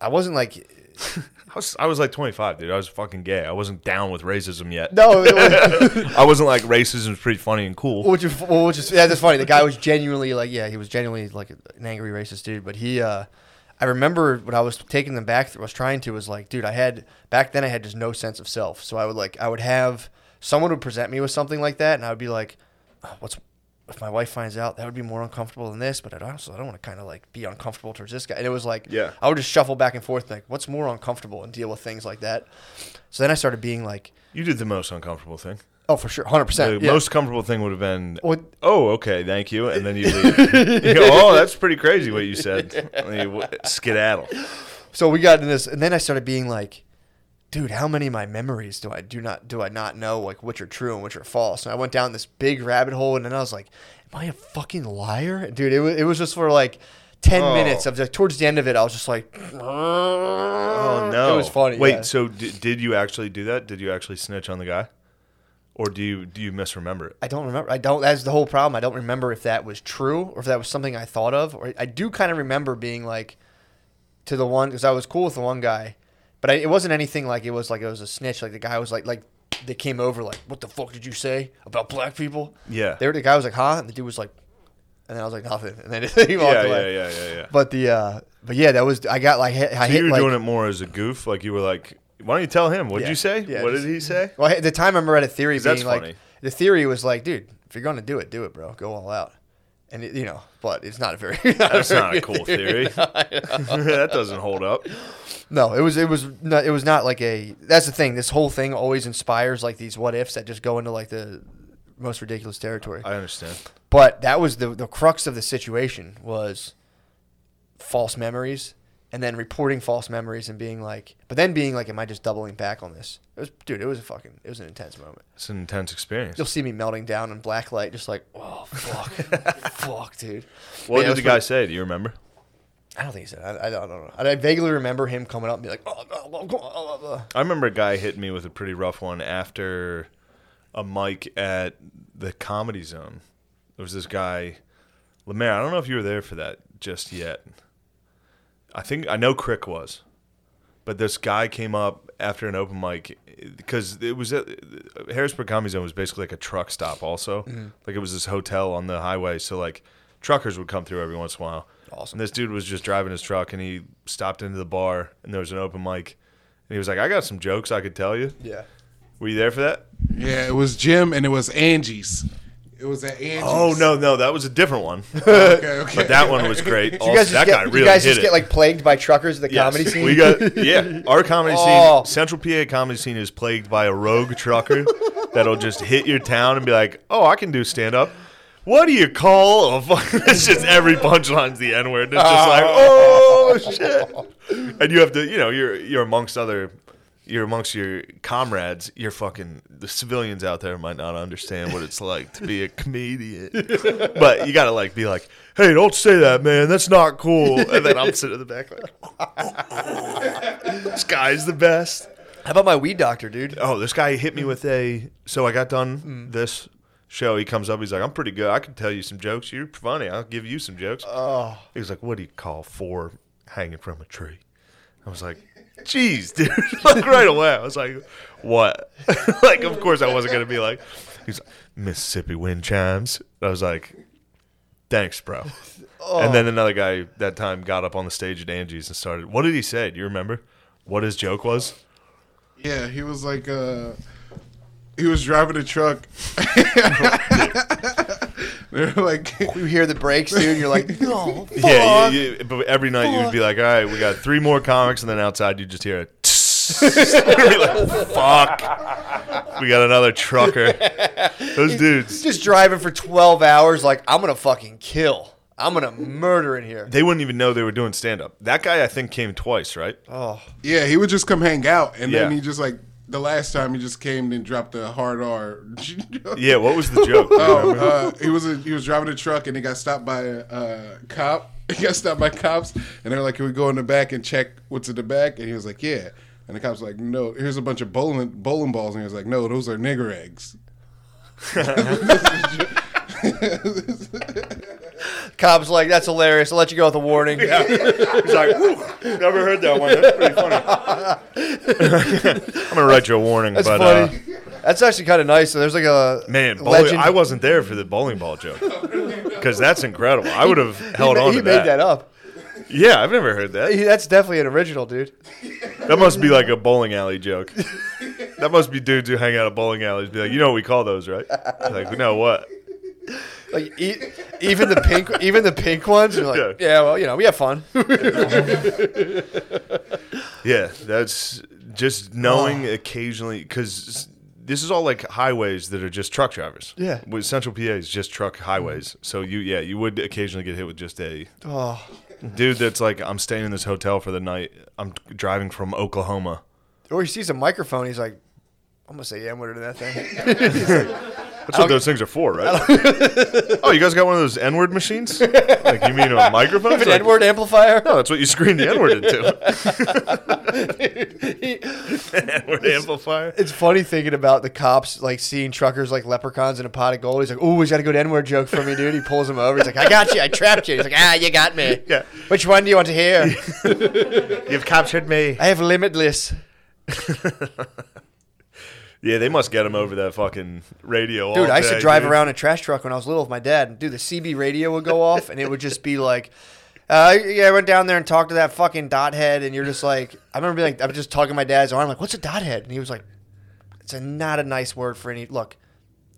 Speaker 1: I wasn't like. [laughs]
Speaker 2: I was, I was like 25, dude. I was fucking gay. I wasn't down with racism yet.
Speaker 1: No, it was-
Speaker 2: I wasn't like racism's pretty funny and cool.
Speaker 1: Which is, well, which is yeah, that's funny. The guy was genuinely like, yeah, he was genuinely like an angry racist dude. But he, uh, I remember when I was taking them back, through, I was trying to was like, dude, I had back then I had just no sense of self. So I would like, I would have someone would present me with something like that, and I would be like, "Oh, what's if my wife finds out? That would be more uncomfortable than this. But I also I don't want to kind of like be uncomfortable towards this guy. And it was like,
Speaker 2: Yeah.
Speaker 1: I would just shuffle back and forth like, what's more uncomfortable and deal with things like that. So then I started being like,
Speaker 2: You did the most uncomfortable thing.
Speaker 1: oh, for sure, hundred
Speaker 2: The
Speaker 1: percent, yeah.
Speaker 2: most comfortable thing would have been,
Speaker 1: Well,
Speaker 2: oh, okay, thank you. And then you leave. You go, oh, that's pretty crazy what you said.
Speaker 1: [laughs]
Speaker 2: And you w- skedaddle.
Speaker 1: so we got in this and then i started being like dude how many of my memories do i do not do i not know like which are true and which are false and i went down this big rabbit hole and then i was like am i a fucking liar dude it was, it was just for like 10
Speaker 2: Oh.
Speaker 1: minutes of like towards the end of it i was just like
Speaker 2: Oh,
Speaker 1: oh
Speaker 2: no.
Speaker 1: it was funny
Speaker 2: Wait,
Speaker 1: yeah.
Speaker 2: so d- did you actually do that? Did you actually snitch on the guy? Or do you do you misremember it?
Speaker 1: I don't remember. I don't. That's the whole problem. I don't remember if that was true or if that was something I thought of. Or I do kind of remember being like to the one because I was cool with the one guy, but I, it wasn't anything like it was like it was a snitch. Like the guy was like like they came over like what the fuck did you say about black people?
Speaker 2: Yeah.
Speaker 1: They were the guy was like huh, and the dude was like, and then I was like nothing, [laughs] and then he walked
Speaker 2: yeah, yeah,
Speaker 1: away.
Speaker 2: yeah, yeah, yeah.
Speaker 1: But the uh, but yeah, that was I got like hit, I
Speaker 2: So
Speaker 1: hit
Speaker 2: you were
Speaker 1: like,
Speaker 2: doing it more as a goof, like you were like, "Why don't you tell him? What'd
Speaker 1: Yeah,
Speaker 2: you say?
Speaker 1: yeah,
Speaker 2: what
Speaker 1: just-
Speaker 2: did he say?" [laughs]
Speaker 1: Well, at the time I remember at a theory being
Speaker 2: That's
Speaker 1: like,
Speaker 2: funny.
Speaker 1: the theory was like, dude, if you're going to do it, do it, bro. Go all out. And, it, you know, but it's not a very. [laughs] not
Speaker 2: That's
Speaker 1: very
Speaker 2: not a
Speaker 1: good [laughs]
Speaker 2: cool theory. that doesn't hold up.
Speaker 1: No, it was, it was, not, it was not like a, that's the thing. This whole thing always inspires like these what ifs that just go into like the most ridiculous territory.
Speaker 2: I understand.
Speaker 1: But that was the, the crux of the situation was false memories and then reporting false memories and being like, but then being like, am I just doubling back on this? It was, dude, it was a fucking, it was an intense moment.
Speaker 2: It's an intense experience.
Speaker 1: You'll see me melting down in black light, just like, oh
Speaker 2: [laughs]
Speaker 1: fuck, fuck, dude. Yeah,
Speaker 2: What
Speaker 1: it
Speaker 2: did
Speaker 1: was
Speaker 2: the guy
Speaker 1: pretty-
Speaker 2: say? Do you remember?
Speaker 1: I don't think he said. I, I don't know. I, I vaguely remember him coming up and be like, oh, oh, oh, oh, oh, oh.
Speaker 2: I remember a guy hit me with a pretty rough one after a mic at the Comedy Zone. There was this guy, Lemaire. I don't know if you were there for that just yet. I think I know Crick was, but this guy came up after an open mic because it was at, Harrisburg Comedy Zone was basically like a truck stop. Also,
Speaker 1: Mm-hmm.
Speaker 2: like it was this hotel on the highway, so like truckers would come through every once in a while.
Speaker 1: Awesome.
Speaker 2: And this dude was just driving his truck, and he stopped into the bar, and there was an open mic, and he was like, "I got some jokes I could tell you."
Speaker 1: yeah.
Speaker 2: Were you there for that?
Speaker 3: Yeah, it was Jim and it was Angie's. It was at Angie's.
Speaker 2: Oh no, no, that was a different one.
Speaker 3: Okay,
Speaker 2: [laughs]
Speaker 3: okay.
Speaker 2: But that one was great.
Speaker 1: You guys
Speaker 2: Also,
Speaker 1: just
Speaker 2: that guy
Speaker 1: get,
Speaker 2: really
Speaker 1: you guys
Speaker 2: hit
Speaker 1: just
Speaker 2: it.
Speaker 1: get like plagued by truckers at the
Speaker 2: Yes.
Speaker 1: comedy scene. [laughs]
Speaker 2: We got yeah. Our comedy
Speaker 1: Oh.
Speaker 2: scene, Central PA comedy scene, is plagued by a rogue trucker that'll just hit your town and be like, "Oh, I can do stand up." What do you call a? fu-" [laughs] it's just every punchline's the N word. It's just like, oh shit, and you have to, you know, you're you're amongst other. You're amongst your comrades. You're fucking the civilians out there might not understand what it's like to be
Speaker 1: [laughs]
Speaker 2: a comedian, but you gotta like be like, "Hey, don't say that, man. That's not cool." And then I'm sitting in the back like, this guy's the best. Mm.
Speaker 1: How about my weed doctor, dude?
Speaker 2: Oh, this guy hit me with a. So I got done this show, he comes up. He's like, "I'm pretty good. I can tell you some jokes. You're funny. I'll give you some jokes."
Speaker 1: Oh,
Speaker 2: He was like, "What do you call four hanging from a tree?" I was like, "Jeez, dude!" [laughs] like right away, I was like, "What?" [laughs] like, of course, I wasn't gonna be like, "He's like, Mississippi wind chimes." I was like, "Thanks, bro." And then another guy that time got up on the stage at Angie's and started. What did he say? Do you remember what his joke was?
Speaker 3: Yeah, he was like, uh, he was driving a truck. [laughs] they were like,
Speaker 1: you hear the breaks, dude. You're like, no, fuck.
Speaker 2: [laughs] Yeah, you, you, but every night you'd be like, "All right, we got three more comics," and then outside you just hear [laughs] it.
Speaker 1: [laughs]
Speaker 2: You're like, Fuck, we got
Speaker 1: [laughs]
Speaker 2: another trucker. Those dudes,
Speaker 1: Just driving for 12 hours, like I'm gonna fucking kill. I'm gonna murder in here.
Speaker 2: they wouldn't even know they were doing stand up. That guy, I think, came twice, right?
Speaker 1: Oh,
Speaker 3: yeah, he would just come hang out, and
Speaker 2: Yeah.
Speaker 3: then he just like the last time he just came and dropped the hard R. [laughs]
Speaker 2: Yeah, what was
Speaker 1: [laughs]
Speaker 2: the joke?
Speaker 3: Oh, uh, he was a, he was driving a truck and he got stopped by a uh, cop. [laughs] He got stopped by cops, and they're like, "Can we go in the back and check what's in the back?" And he was like, "Yeah." And the cops were like, "No, here's a bunch of bowling bowling balls," and he was like, "No, those are nigger eggs."
Speaker 1: cops like that's hilarious. I'll let you go with a warning.
Speaker 2: He's like, "Whew, never heard that one. That's pretty funny. [laughs] I'm gonna write you a warning,
Speaker 1: That's
Speaker 2: but
Speaker 1: funny.
Speaker 2: Uh,
Speaker 1: That's actually kind of nice. So there's like a
Speaker 2: man, bowling,
Speaker 1: legend.
Speaker 2: I wasn't there for the bowling ball joke because that's incredible. I would have held
Speaker 1: he, ma-
Speaker 2: on.
Speaker 1: he
Speaker 2: to
Speaker 1: made that. up.
Speaker 2: Yeah, I've never heard that.
Speaker 1: He- that's definitely an original, dude.
Speaker 2: That must be like a bowling alley joke. that must be dudes who hang out at bowling alleys be like, you know what we call those, right? Like, no, what?
Speaker 1: Like e- even the
Speaker 2: [laughs]
Speaker 1: pink, even the pink ones. You're like, yeah.
Speaker 2: Yeah.
Speaker 1: well, you know, we have fun.
Speaker 2: Yeah, that's just knowing occasionally because this is all like highways that are just truck drivers.
Speaker 1: Yeah. Mm-hmm.
Speaker 2: with Central PA is just truck highways. So you, yeah, you would occasionally get hit with just a
Speaker 1: oh,
Speaker 2: dude that's like, I'm staying in this hotel for the night. I'm driving from Oklahoma.
Speaker 1: or he sees a microphone. He's like, I'm gonna say yeah, word to that
Speaker 2: [laughs]
Speaker 1: thing.
Speaker 2: That's what those things are for,
Speaker 1: [laughs]
Speaker 2: right? oh, you guys got one of those N word machines? like, you mean a microphone?
Speaker 1: An N-word amplifier.
Speaker 2: No, Oh, that's what you screen the N word into.
Speaker 1: [laughs] He-
Speaker 2: N word amplifier.
Speaker 1: it's funny thinking about the cops like seeing truckers like leprechauns in a pot of gold. He's like, "Oh, he's got a good N-word joke for me, dude." He pulls him over. He's like, "I got you. I trapped you." He's like, "Ah, you got me."
Speaker 2: [laughs] Yeah.
Speaker 1: Which one do you want to
Speaker 2: [laughs]
Speaker 1: hear?
Speaker 2: You've captured me.
Speaker 1: I have limitless.
Speaker 2: Yeah, they must get him over that fucking radio.
Speaker 1: Dude,
Speaker 2: all
Speaker 1: I used to
Speaker 2: day,
Speaker 1: drive
Speaker 2: dude.
Speaker 1: around in a trash truck when I was little with my dad, and dude, the CB radio would go off, and it would just be like, uh, "Yeah, I went down there and talked to that fucking dothead," and you're just like, I remember being like, I was just talking to my dad's arm, like, "What's a dothead?" And he was like, "It's a, not a nice word for any look."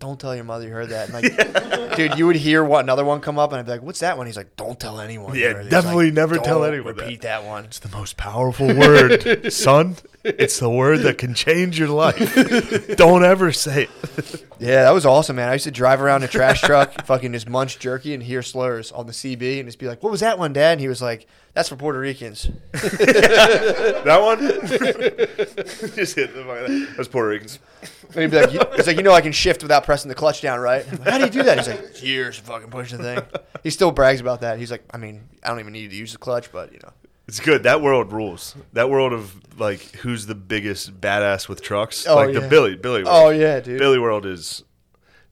Speaker 1: Don't tell your mother you heard that. And like,
Speaker 2: [laughs]
Speaker 1: dude, you would hear what another one come up, and I'd be like, "What's that one?" He's like, "Don't tell anyone." you
Speaker 2: Yeah,
Speaker 1: heard it." He's
Speaker 2: definitely
Speaker 1: like,
Speaker 2: never tell
Speaker 1: "Don't
Speaker 2: anyone that."
Speaker 1: Repeat that, one.
Speaker 2: It's the most powerful word, [laughs] son. It's the word that can change
Speaker 1: [laughs]
Speaker 2: your life. Don't ever say it.
Speaker 1: Yeah, that was awesome, man. I used to drive around in a
Speaker 2: [laughs]
Speaker 1: trash truck, fucking just munch jerky and hear slurs on the CB, and just be like, "What was that one, Dad?" And he was like, "That's for Puerto Ricans."
Speaker 2: That one? [laughs] Just hit the fucking. That's Puerto Ricans.
Speaker 1: And he'd be
Speaker 2: [laughs]
Speaker 1: like, you- he's like, you know, I can shift without pressing the clutch down, right? I'm like, How do you do that? He's like, years of fucking pushing the thing. He still brags about that. He's like, I mean, I don't even need to use the clutch, but you know,
Speaker 2: It's good. That world rules. That world of like who's the biggest badass with trucks.
Speaker 1: Oh,
Speaker 2: like
Speaker 1: yeah.
Speaker 2: the Billy. Billy. World.
Speaker 1: Oh, yeah, dude.
Speaker 2: Billy World is.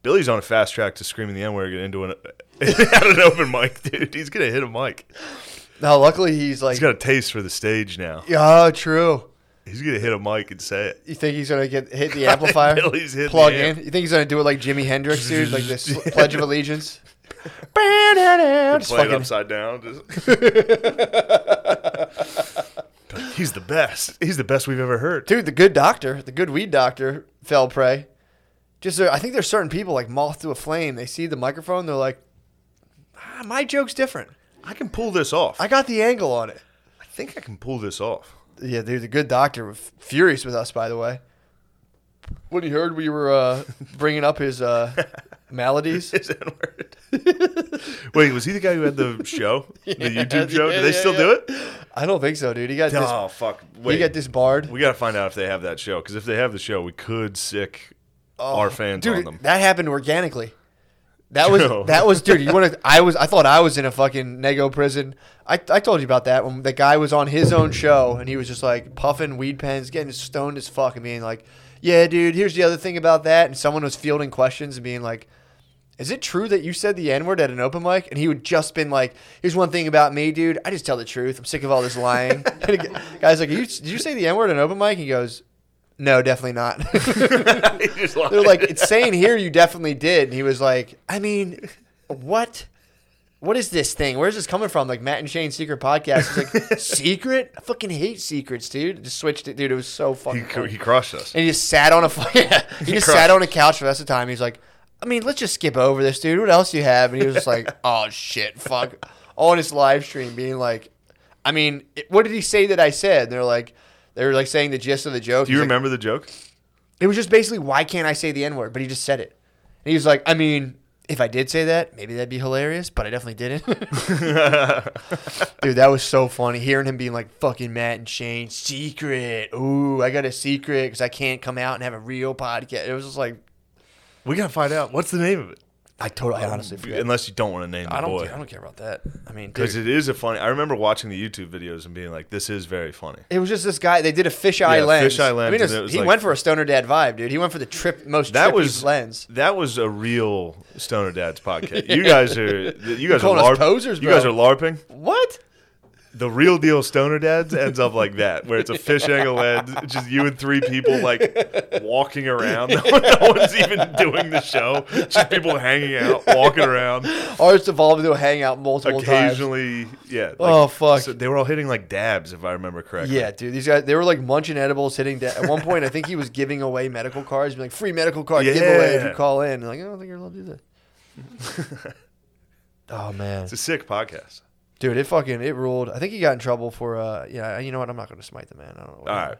Speaker 2: Billy's on a fast track to screaming the N word into an [laughs] at an open mic, dude. He's gonna hit a mic.
Speaker 1: now luckily he's like,
Speaker 2: He's got a taste for the stage now.
Speaker 1: yeah, true.
Speaker 2: He's gonna hit a mic and say it.
Speaker 1: You think he's gonna get hit
Speaker 2: [laughs]
Speaker 1: the amplifier,
Speaker 2: Billy's hitting
Speaker 1: plug
Speaker 2: the amp.
Speaker 1: in? You think he's gonna do it like Jimi Hendrix, dude, like this
Speaker 2: [laughs]
Speaker 1: Pledge of Allegiance? Just
Speaker 2: Play it
Speaker 1: fucking-
Speaker 2: upside down.
Speaker 1: [laughs]
Speaker 2: Just... He's the best. He's the best we've ever heard.
Speaker 1: dude, the good doctor, the good weed doctor, fell prey. Just, uh, I think there's certain people like moth to a flame. They see the microphone, they're like, ah, my joke's different.
Speaker 2: I can pull this off.
Speaker 1: I
Speaker 2: I
Speaker 1: got the angle on it.
Speaker 2: think I can pull this off. [laughs]
Speaker 1: Yeah, dude, the good doctor was furious with us, by the way. When he heard we were uh, bringing up his uh, maladies,
Speaker 2: His N word. [laughs] Wait, was he the guy who had the show, the YouTube
Speaker 1: [laughs]
Speaker 2: show?
Speaker 1: yeah,
Speaker 2: Do
Speaker 1: yeah,
Speaker 2: they still
Speaker 1: yeah.
Speaker 2: do it?
Speaker 1: I don't think so, dude. He got
Speaker 2: oh fuck!
Speaker 1: dis-
Speaker 2: Wait,
Speaker 1: he got disbarred.
Speaker 2: we gotta find out if they have that show because if they have the show, we could sick our fans on
Speaker 1: Oh, dude, [laughs]
Speaker 2: them. [laughs]
Speaker 1: that happened organically. That was
Speaker 2: No.
Speaker 1: that was dude. You want
Speaker 2: [laughs]
Speaker 1: to? I was. I thought I was in a fucking nego prison. I, I told you about that when the guy was on his own show and he was just like puffing weed pens, getting stoned as fuck, and being like, "Yeah, dude. Here's the other thing about that." And someone was fielding questions and being like, Is it true that you said the N word at an open mic? And he would just been like, "Here's one thing about me, dude. I just tell the truth. I'm sick of all this lying." [laughs] Guys, like, you, did you say the N word at an open mic? He goes, "No, definitely not." [laughs] They're like, "It's saying here you definitely did." And he was like, "I mean, what?" what is this thing? Where's this coming from? Like Matt and Shane's secret podcast. It's
Speaker 2: [laughs]
Speaker 1: like secret. I fucking hate secrets, dude. Just switched it, dude. It was so
Speaker 2: He,
Speaker 1: fucking.
Speaker 2: cr-
Speaker 1: funny.
Speaker 2: he crushed us.
Speaker 1: and he just sat on a fu- [laughs] he just
Speaker 2: crushed.
Speaker 1: sat on a couch for the rest of the time. He's like, I mean, let's just skip over this, dude. What else you have? And he was just
Speaker 2: [laughs]
Speaker 1: like, oh shit, fuck. On his live stream, being like, I mean, it- what did he say that I said? And they're like, they were like saying the gist of the joke.
Speaker 2: Do you
Speaker 1: He's like,
Speaker 2: remember the joke?
Speaker 1: it was just basically, why can't I say the N word? But he just said it. And he was like, I mean, if I did say that, maybe that'd be hilarious, but I definitely
Speaker 2: [laughs]
Speaker 1: didn't. Dude, that was so funny. Hearing him being like, fucking Matt and Shane, secret. Ooh, I got a secret because I can't come out and have a real podcast. It was just like,
Speaker 2: We gotta find out. What's the name of it?
Speaker 1: I totally, I honestly forget.
Speaker 2: Unless you don't want to name the
Speaker 1: I don't,
Speaker 2: boy.
Speaker 1: care, I don't care about that. I mean, dude,
Speaker 2: Because it is a funny. I remember watching the YouTube videos and being like, "This is very funny."
Speaker 1: it was just this guy. They did a fisheye
Speaker 2: Yeah,
Speaker 1: lens.
Speaker 2: fisheye
Speaker 1: I
Speaker 2: lens,
Speaker 1: mean, it was-
Speaker 2: and it was
Speaker 1: he
Speaker 2: like-
Speaker 1: went for a stoner dad vibe, dude. He went for the trip most
Speaker 2: That
Speaker 1: trippy
Speaker 2: was [laughs]
Speaker 1: lens.
Speaker 2: That was a real Stoner Dad's podcast. You guys
Speaker 1: [laughs]
Speaker 2: are you guys are
Speaker 1: calling us
Speaker 2: larp,
Speaker 1: posers,
Speaker 2: You guys are
Speaker 1: bro.
Speaker 2: larping.
Speaker 1: What?
Speaker 2: The real deal Stoner Dad's ends up like that, where it's a fish angle lens, it's just you and three people like walking around. [laughs] No, one's even doing the show. Just people hanging out, walking around.
Speaker 1: Ours evolved into a hangout multiple times.
Speaker 2: Occasionally, yeah. like-
Speaker 1: Oh, fuck.
Speaker 2: so they were all hitting like dabs, if I remember correctly.
Speaker 1: Yeah, dude, these guys—they were like munching edibles, hitting. Da- at one point, I think he was giving away medical cards, being like free medical card giveaway if you
Speaker 2: Yeah.
Speaker 1: call in. And like, I don't think you're allowed to do that.
Speaker 2: [laughs]
Speaker 1: oh man,
Speaker 2: it's a sick podcast.
Speaker 1: dude, it fucking it ruled. I think he got in trouble for. uh Yeah, you know what? I'm not going to smite the man. I don't know. What
Speaker 2: All right.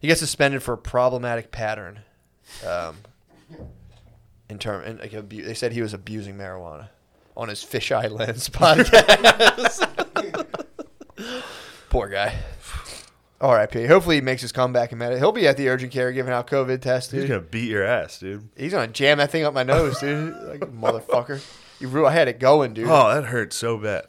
Speaker 1: He got suspended for a problematic pattern. Um, in term, and like, abu- they said he was abusing marijuana on his fisheye lens [laughs] podcast. [laughs] Poor guy. R.I.P. Hopefully he makes his comeback and med- he'll be at the urgent care giving out COVID tests,
Speaker 2: He's
Speaker 1: dude.
Speaker 2: gonna beat your ass, dude.
Speaker 1: He's gonna jam that thing up my nose, dude. Like motherfucker, you ru- I had it going, dude.
Speaker 2: Oh, that hurts so bad.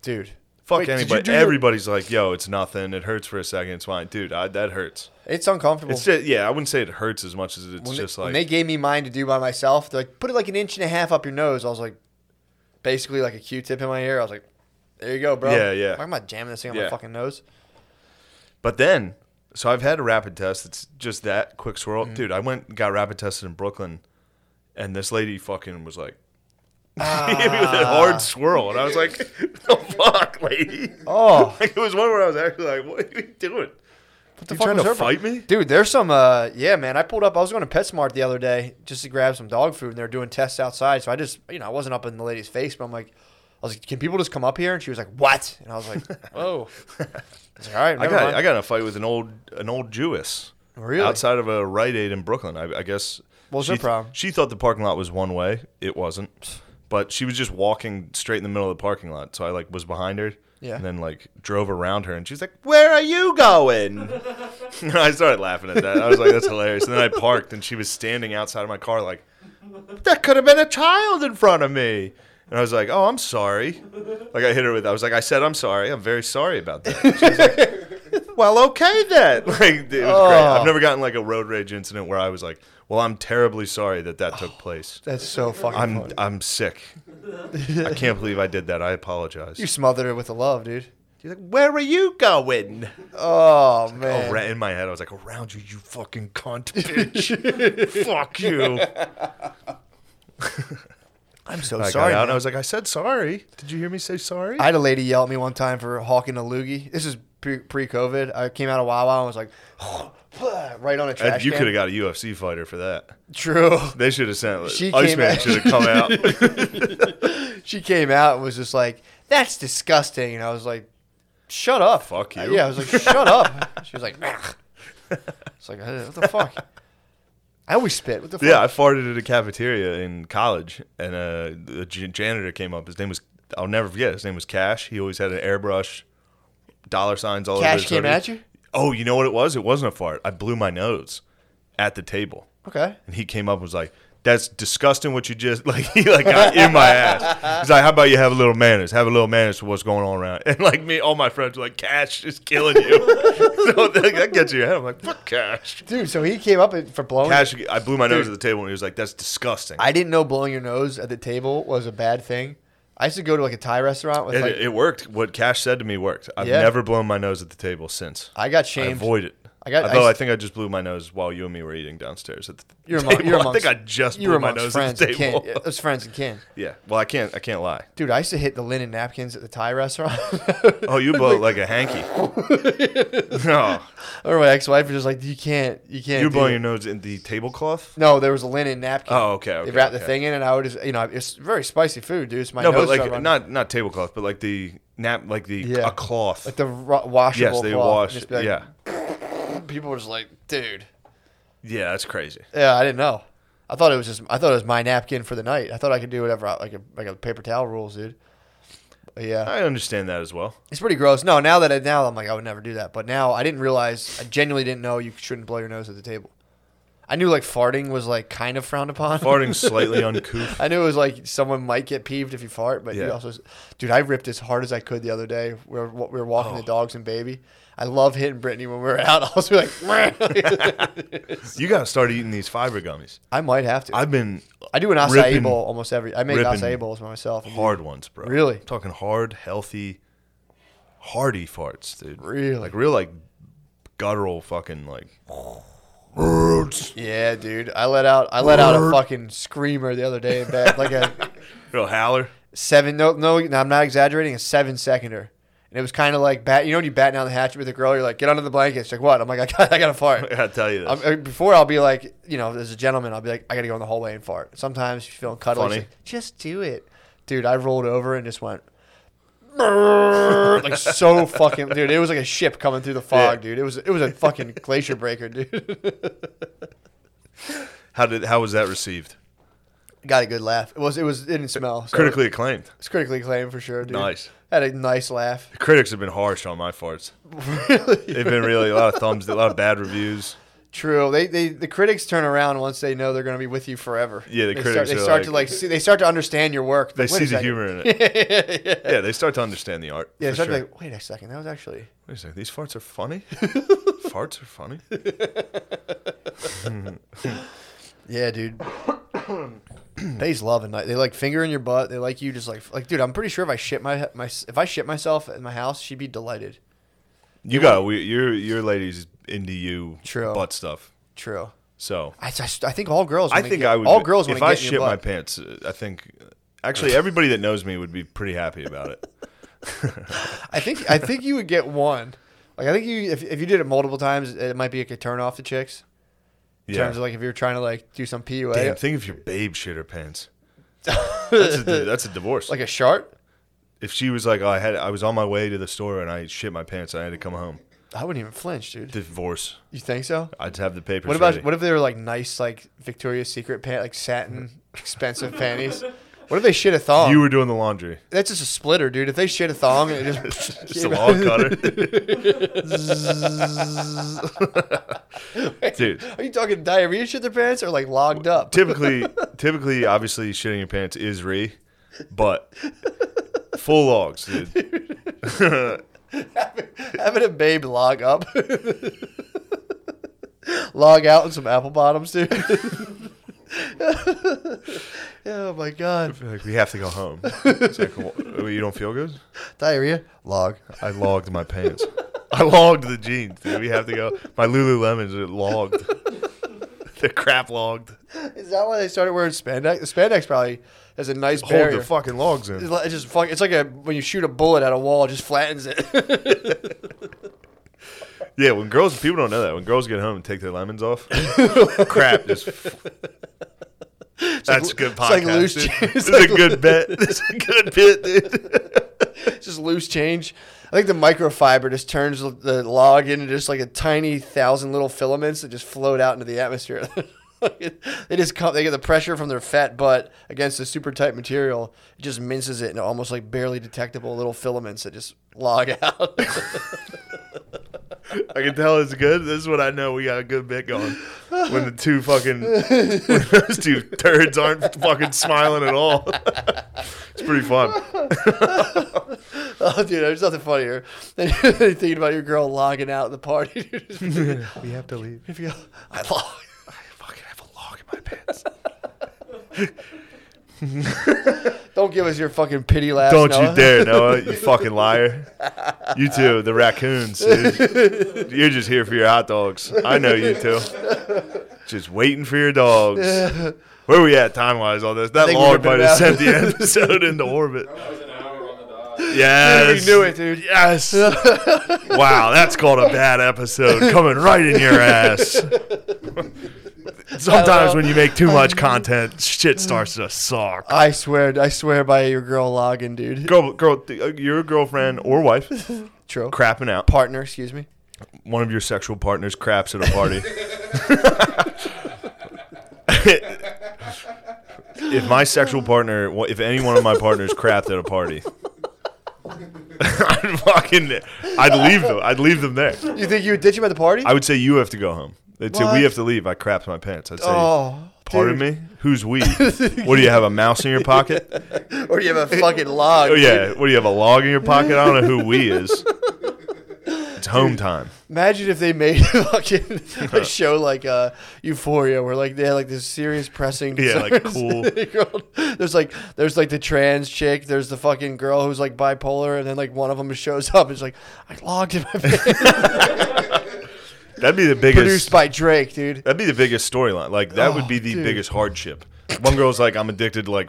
Speaker 1: Dude,
Speaker 2: Fuck
Speaker 1: Wait, did you
Speaker 2: anybody.
Speaker 1: do your-
Speaker 2: Everybody's like, "Yo, it's nothing. It hurts for a second. It's fine, dude. I, that hurts.
Speaker 1: it's uncomfortable.
Speaker 2: It's just, yeah. I wouldn't say it hurts as much as it's
Speaker 1: when,
Speaker 2: just
Speaker 1: they,
Speaker 2: like
Speaker 1: when they gave me mine to do by myself, they're like, put it like an inch and a half up your nose. I was like, basically like a Q-tip in my ear. I was like, there you go, bro.
Speaker 2: Yeah, yeah.
Speaker 1: Why am I jamming this thing on
Speaker 2: Yeah.
Speaker 1: my fucking nose?
Speaker 2: But then, so I've had a rapid test. It's just that quick swirl,
Speaker 1: Mm-hmm.
Speaker 2: dude. I went and got rapid tested in Brooklyn, and this lady fucking was like, [laughs] hit me with that
Speaker 1: Ah.
Speaker 2: hard swirl, and I was like, [laughs] "The
Speaker 1: [laughs]
Speaker 2: fuck, lady!"
Speaker 1: Oh.
Speaker 2: [laughs] like it was one where I was actually like, "What are you doing?
Speaker 1: What the
Speaker 2: you
Speaker 1: fuck
Speaker 2: trying
Speaker 1: was
Speaker 2: to
Speaker 1: her pro-
Speaker 2: fight me?"
Speaker 1: Dude, there's some, uh, yeah, man. I pulled up. I was going to PetSmart the other day just to grab some dog food, and they were doing tests outside. So I just, you know, I wasn't up in the lady's face, but I'm like, I was like, can people just come up here? And she was like, what? And I was
Speaker 2: [laughs]
Speaker 1: like, oh. I was like, all right,
Speaker 2: I
Speaker 1: never
Speaker 2: got
Speaker 1: mind.
Speaker 2: I got in a fight with an old an old Jewess.
Speaker 1: Really?
Speaker 2: Outside of a Rite Aid in Brooklyn, I, I guess.
Speaker 1: What was
Speaker 2: she,
Speaker 1: her problem?
Speaker 2: She thought the parking lot was one way. It wasn't. But she was just walking straight in the middle of the parking lot. So I like was behind her.
Speaker 1: Yeah.
Speaker 2: And then like drove around her, and she's like, "Where are you going?" [laughs] And I started laughing at that. I was like, "That's hilarious." And then I parked, and she was standing outside of my car, like, "That could have been a child in front of me." And I was like, "Oh, I'm sorry." Like I hit her with, I was like, "I said I'm sorry. I'm very sorry about that." [laughs] well, okay then. [laughs] Like, it was great.
Speaker 1: Oh.
Speaker 2: I've never gotten like a road rage incident where I was like, well, I'm terribly sorry that that took place.
Speaker 1: That's so fucking
Speaker 2: I'm
Speaker 1: funny.
Speaker 2: I'm sick. I can't believe I did that. I apologize.
Speaker 1: you smothered her with the love, dude.
Speaker 2: She's like, where are you going?
Speaker 1: Oh, man.
Speaker 2: Oh, right in my head, I was like, around you, you fucking cunt, bitch. [laughs] Fuck you.
Speaker 1: [laughs] I'm so
Speaker 2: I
Speaker 1: sorry.
Speaker 2: got out and
Speaker 1: man.
Speaker 2: I was like, I said sorry. Did you hear me say sorry?
Speaker 1: I had a lady yell at me one time for hawking a loogie. This is pre COVID. I came out of Wawa and was like, [sighs] right on a
Speaker 2: And
Speaker 1: trash
Speaker 2: you
Speaker 1: can.
Speaker 2: could have got a UFC fighter for that.
Speaker 1: [laughs] True.
Speaker 2: They should have sent.
Speaker 1: She came
Speaker 2: Iceman
Speaker 1: out-
Speaker 2: should have
Speaker 1: [laughs]
Speaker 2: come out.
Speaker 1: She came out and was just like, "That's disgusting," and I was like, "Shut up, Uh,
Speaker 2: Fuck you.
Speaker 1: Yeah, I was like, "Shut
Speaker 2: [laughs]
Speaker 1: up." She was like, "Ugh." "It's like "Uh, what the fuck." I always spit. What the fuck?
Speaker 2: Yeah, I farted at a cafeteria in college, and uh, the j- janitor came up. His name was I'll never forget. His name was Cash. He always had an airbrush, dollar signs all over.
Speaker 1: Cash
Speaker 2: his
Speaker 1: came
Speaker 2: hoodie.
Speaker 1: at you.
Speaker 2: Oh, you know what it was? It wasn't a fart. I blew my nose at the table,
Speaker 1: Okay.
Speaker 2: and he came up and was like, that's disgusting what you just [laughs] like he like got in my ass. He's like, How about you have a little manners? Have a little manners for what's going on around. [laughs] And like me, all my friends were like, Cash is killing you. [laughs] so that, that gets you ahead. I'm like, fuck cash.
Speaker 1: dude. So he came up and- for blowing.
Speaker 2: Cash I blew my nose at the table and he was like, That's disgusting.
Speaker 1: I didn't know blowing your nose at the table was a bad thing. I used to go to like a Thai restaurant with
Speaker 2: it,
Speaker 1: like
Speaker 2: it worked. What Cash said to me worked. I've
Speaker 1: Yeah.
Speaker 2: never blown my nose at the table since.
Speaker 1: I got
Speaker 2: I
Speaker 1: shamed.
Speaker 2: avoid it.
Speaker 1: I got-
Speaker 2: Although
Speaker 1: I-
Speaker 2: I, think I just blew my nose while you and me were eating downstairs at the
Speaker 1: You're among-
Speaker 2: [laughs] table.
Speaker 1: you're
Speaker 2: I think
Speaker 1: amongst-
Speaker 2: I just
Speaker 1: you were
Speaker 2: blew my
Speaker 1: amongst
Speaker 2: nose at
Speaker 1: friends.
Speaker 2: the
Speaker 1: and kin.
Speaker 2: table.
Speaker 1: It was friends and kin.
Speaker 2: [laughs] yeah. Well, I can't. I can't lie.
Speaker 1: Dude, I used to hit the linen napkins at the Thai restaurant. [laughs]
Speaker 2: Oh, you blow it like a hanky. no,
Speaker 1: or my ex-wife was just like, "You can't, you can't."
Speaker 2: you're
Speaker 1: do
Speaker 2: blowing
Speaker 1: it."
Speaker 2: your nose in the tablecloth.
Speaker 1: No, there was a linen napkin.
Speaker 2: Oh, okay, okay,
Speaker 1: they wrapped the
Speaker 2: okay.
Speaker 1: thing in, and I would just, you know, it's very spicy food, dude. It's my
Speaker 2: No,
Speaker 1: nose
Speaker 2: but like
Speaker 1: started running.
Speaker 2: not not tablecloth, but like the nap, like the
Speaker 1: Yeah.
Speaker 2: a cloth.
Speaker 1: like the ro- washable.
Speaker 2: yes, they
Speaker 1: cloth,
Speaker 2: wash.
Speaker 1: just be like-
Speaker 2: yeah,
Speaker 1: people were just like, "Dude,
Speaker 2: yeah, that's crazy.
Speaker 1: yeah, I didn't know." I thought it was just, I thought it was my napkin for the night. I thought I could do whatever, I, like a like a paper towel rules, dude. But yeah,
Speaker 2: I understand that as well.
Speaker 1: It's pretty gross. No, now that I, now I'm like I would never do that, but now I didn't realize I genuinely didn't know you shouldn't blow your nose at the table. I knew like farting was like kind of frowned upon.
Speaker 2: Farting slightly uncouth.
Speaker 1: [laughs] I knew it was like someone might get peeved if you fart, but you
Speaker 2: Yeah.
Speaker 1: also, dude, I ripped as hard as I could the other day. We were, we were walking
Speaker 2: Oh.
Speaker 1: the dogs and baby. I love hitting Brittany when we were out. [laughs] I was like,
Speaker 2: You gotta start eating these fiber gummies.
Speaker 1: I might have to. I,
Speaker 2: I've been
Speaker 1: do an acai
Speaker 2: ripping-
Speaker 1: bowl almost every. I make
Speaker 2: ripping
Speaker 1: acai bowls by myself.
Speaker 2: hard ones, bro.
Speaker 1: Really?
Speaker 2: I'm talking hard, healthy, hearty farts, dude.
Speaker 1: Really?
Speaker 2: Like real like guttural fucking like
Speaker 1: [sighs]
Speaker 2: roots.
Speaker 1: Yeah, dude, I let out I let out a fucking screamer the other day in bed, like a
Speaker 2: Real howler.
Speaker 1: seven. No, no, no, I'm not exaggerating. A seven seconder, and it was kind of like bat. You know, when you bat down the hatchet with a girl, you're like, "Get under the blanket." She's like, "What?" I'm like, "I got, [laughs] I got to
Speaker 2: I [laughs]
Speaker 1: fart."
Speaker 2: gotta tell you this.
Speaker 1: I'm, uh, before I'll be like, you know, as a gentleman, I'll be like, "I got to go in the hallway and fart." Sometimes you feel cuddly.
Speaker 2: Funny.
Speaker 1: she's like, Just do it, dude. I rolled over and just
Speaker 2: [laughs]
Speaker 1: went. [laughs] like so fucking dude, it was like a ship coming through the fog,
Speaker 2: Yeah.
Speaker 1: dude. It was it was a fucking glacier breaker, dude. [laughs]
Speaker 2: how did how was that received?
Speaker 1: Got a good laugh. It was it was it didn't smell. So
Speaker 2: Critically acclaimed.
Speaker 1: it's critically acclaimed for sure, dude.
Speaker 2: Nice.
Speaker 1: Had a nice
Speaker 2: [laughs]
Speaker 1: laugh.
Speaker 2: The critics have been harsh on my farts. Really? They've been really a lot of thumbs, a lot of bad reviews.
Speaker 1: True. They, they the critics turn around once they know they're going to be with you forever.
Speaker 2: Yeah, the
Speaker 1: they Start,
Speaker 2: critics
Speaker 1: they
Speaker 2: are
Speaker 1: start
Speaker 2: like-
Speaker 1: to like see, they start to understand your work.
Speaker 2: They
Speaker 1: Like, wait
Speaker 2: see
Speaker 1: a
Speaker 2: the
Speaker 1: second.
Speaker 2: humor in
Speaker 1: [laughs]
Speaker 2: it.
Speaker 1: yeah,
Speaker 2: yeah, they start to understand the art.
Speaker 1: they
Speaker 2: for
Speaker 1: start to
Speaker 2: sure.
Speaker 1: be like, wait a second, that was actually.
Speaker 2: Wait a second, these farts
Speaker 1: [laughs]
Speaker 2: are funny? farts are funny?
Speaker 1: Yeah, dude. [clears throat] They's loving like they like finger in your butt. They like you just like like dude. I'm pretty sure if I shit my my if I shit myself at my house, she'd be delighted.
Speaker 2: You got we your your ladies into you
Speaker 1: True.
Speaker 2: butt stuff.
Speaker 1: True.
Speaker 2: So
Speaker 1: I, just- I think all girls.
Speaker 2: I
Speaker 1: wanna
Speaker 2: think
Speaker 1: get-
Speaker 2: I would.
Speaker 1: All girls.
Speaker 2: If
Speaker 1: wanna
Speaker 2: I
Speaker 1: get in your
Speaker 2: shit my
Speaker 1: butt.
Speaker 2: pants, uh, I think actually everybody that knows me would be pretty happy about it.
Speaker 1: I think I think you would get one. Like I think you if, if you did it multiple times, it might be like a turn off to chicks. In
Speaker 2: Yeah.
Speaker 1: terms of like if you're trying to like do some PUA,
Speaker 2: Damn, think if your babe shit her pants. That's a,
Speaker 1: [laughs]
Speaker 2: that's a divorce.
Speaker 1: like a shark,
Speaker 2: if she was like, oh, I had, I was on my way to the store and I shit my pants, I had to come home.
Speaker 1: I wouldn't even flinch, dude.
Speaker 2: Divorce.
Speaker 1: You think so?
Speaker 2: I'd have the papers.
Speaker 1: What about
Speaker 2: ready.
Speaker 1: what if they were like nice, like Victoria's Secret pant, like satin, expensive panties? What if they shit a thong?
Speaker 2: you were doing the laundry? [laughs]
Speaker 1: That's just a splitter, dude. If they shit a thong, and it just
Speaker 2: Just a log
Speaker 1: [laughs]
Speaker 2: cutter, [laughs] dude.
Speaker 1: Are you talking diarrhea shit their pants or like logged up?
Speaker 2: typically, typically, obviously, shitting your pants is re, but full logs, dude.
Speaker 1: Having a babe log up, [laughs] log out in some apple bottoms, dude. [laughs] oh my god,
Speaker 2: Like, we have to go home. It's like, "Wha- you don't feel good?
Speaker 1: diarrhea log.
Speaker 2: I logged my pants. I logged the jeans, dude. We have to go. My Lululemons are logged. [laughs] They're crap logged.
Speaker 1: Is that why they started wearing spandex? The spandex probably has a nice
Speaker 2: Hold
Speaker 1: barrier.
Speaker 2: the fucking logs in.
Speaker 1: It's like- it's just fuck. It's like a when you shoot a bullet at a wall, it just flattens it. [laughs]
Speaker 2: Yeah, when girls, people don't know that. When girls get home and take their lemons
Speaker 1: [laughs]
Speaker 2: off, crap just. That's a good podcast.
Speaker 1: like
Speaker 2: [laughs]
Speaker 1: loose
Speaker 2: dude.
Speaker 1: cheese.
Speaker 2: This is a good bet. [laughs] This is a good bit, dude.
Speaker 1: it's just loose change. I think the microfiber just turns the- the log into just like a tiny thousand little filaments that just float out into the atmosphere. [laughs] they just come, they get the pressure from their fat butt against the super tight material. It just minces it into almost like barely detectable little filaments that just log [laughs] out.
Speaker 2: I can tell it's good. This is what I know. We got a good bit going. when the two fucking when [laughs] those two turds aren't fucking smiling at all. [laughs] it's pretty fun.
Speaker 1: Oh, dude, there's nothing funnier than [laughs] thinking about your girl logging out at the party. [laughs] Dude.
Speaker 2: [laughs]
Speaker 1: Just freaking-
Speaker 2: We have to leave.
Speaker 1: if you- I log.
Speaker 2: I fucking have a log in my pants.
Speaker 1: [laughs] Don't give us your fucking pity laugh.
Speaker 2: [laughs] Don't you dare, Noah, you fucking liar. You too, the raccoons. dude. You're just here for your hot dogs. I know you two. Just waiting for your dogs. Where we at time wise on this? That
Speaker 1: think we
Speaker 2: log
Speaker 1: ripped it
Speaker 2: might have
Speaker 1: out.
Speaker 2: sent the episode into orbit.
Speaker 1: [laughs]
Speaker 4: was an hour on the dot.
Speaker 2: Yes.
Speaker 1: You knew it, dude. [laughs]
Speaker 2: Yes. wow, that's called a bad episode. Coming right in your
Speaker 1: [laughs]
Speaker 2: ass. Sometimes when you make too much content, shit starts to suck.
Speaker 1: I swear, I swear by your girl logging, dude.
Speaker 2: girl, girl, th- uh, your girlfriend or wife [laughs]
Speaker 1: True.
Speaker 2: crapping out.
Speaker 1: Partner, excuse me.
Speaker 2: One of your sexual partners craps at a party. [laughs] if my sexual partner, well, if any one of my partners crapped at a party, [laughs] I'd fucking, I'd leave them. I'd leave them there.
Speaker 1: You think you would ditch him at the party?
Speaker 2: I would say you have to go home. They'd say
Speaker 1: What?
Speaker 2: we have to leave. I crapped my pants. I'd say,
Speaker 1: oh,
Speaker 2: pardon me. Who's we? what do you have? A mouse in your pocket?
Speaker 1: me. Or you have a fucking log.
Speaker 2: [laughs] Oh yeah. What do you have? A log in your pocket? I don't know who we is.
Speaker 1: [laughs]
Speaker 2: It's home time.
Speaker 1: Imagine if they made [laughs]
Speaker 2: [laughs]
Speaker 1: fucking a show like uh, Euphoria, where like they had like this serious pressing.
Speaker 2: Yeah, like,
Speaker 1: concerns. [laughs] there's like there's like the trans chick. There's the fucking girl who's like bipolar, and then like one of them shows up. It's like I logged in my [laughs]
Speaker 2: [laughs]
Speaker 1: pants.
Speaker 2: That'd be the biggest.
Speaker 1: produced by Drake, dude. [laughs]
Speaker 2: that'd be the biggest storyline. Like that would
Speaker 1: Oh,
Speaker 2: be the
Speaker 1: dude.
Speaker 2: biggest hardship. One girl's like, I'm addicted to like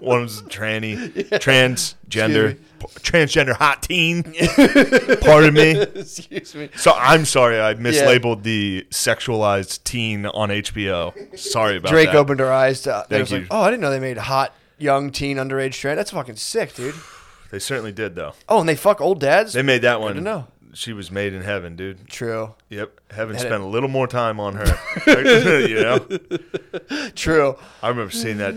Speaker 1: [laughs]
Speaker 2: One's tranny, transgender,
Speaker 1: Excuse
Speaker 2: p- transgender
Speaker 1: [laughs]
Speaker 2: hot teen. Pardon me.
Speaker 1: Excuse me.
Speaker 2: So I'm sorry, I mislabeled the sexualized teen on HBO. Sorry about
Speaker 1: Drake
Speaker 2: that.
Speaker 1: opened her eyes to. Thank was
Speaker 2: you.
Speaker 1: Like, oh, I didn't know they made hot young teen underage trans. That's fucking sick, dude.
Speaker 2: They certainly did though.
Speaker 1: Oh, and they fuck old dads.
Speaker 2: They made that one.
Speaker 1: to know.
Speaker 2: She was made in heaven, dude.
Speaker 1: True.
Speaker 2: Yep, heaven
Speaker 1: Had
Speaker 2: spent a little more time on her. [laughs] you know,
Speaker 1: True.
Speaker 2: I remember seeing that.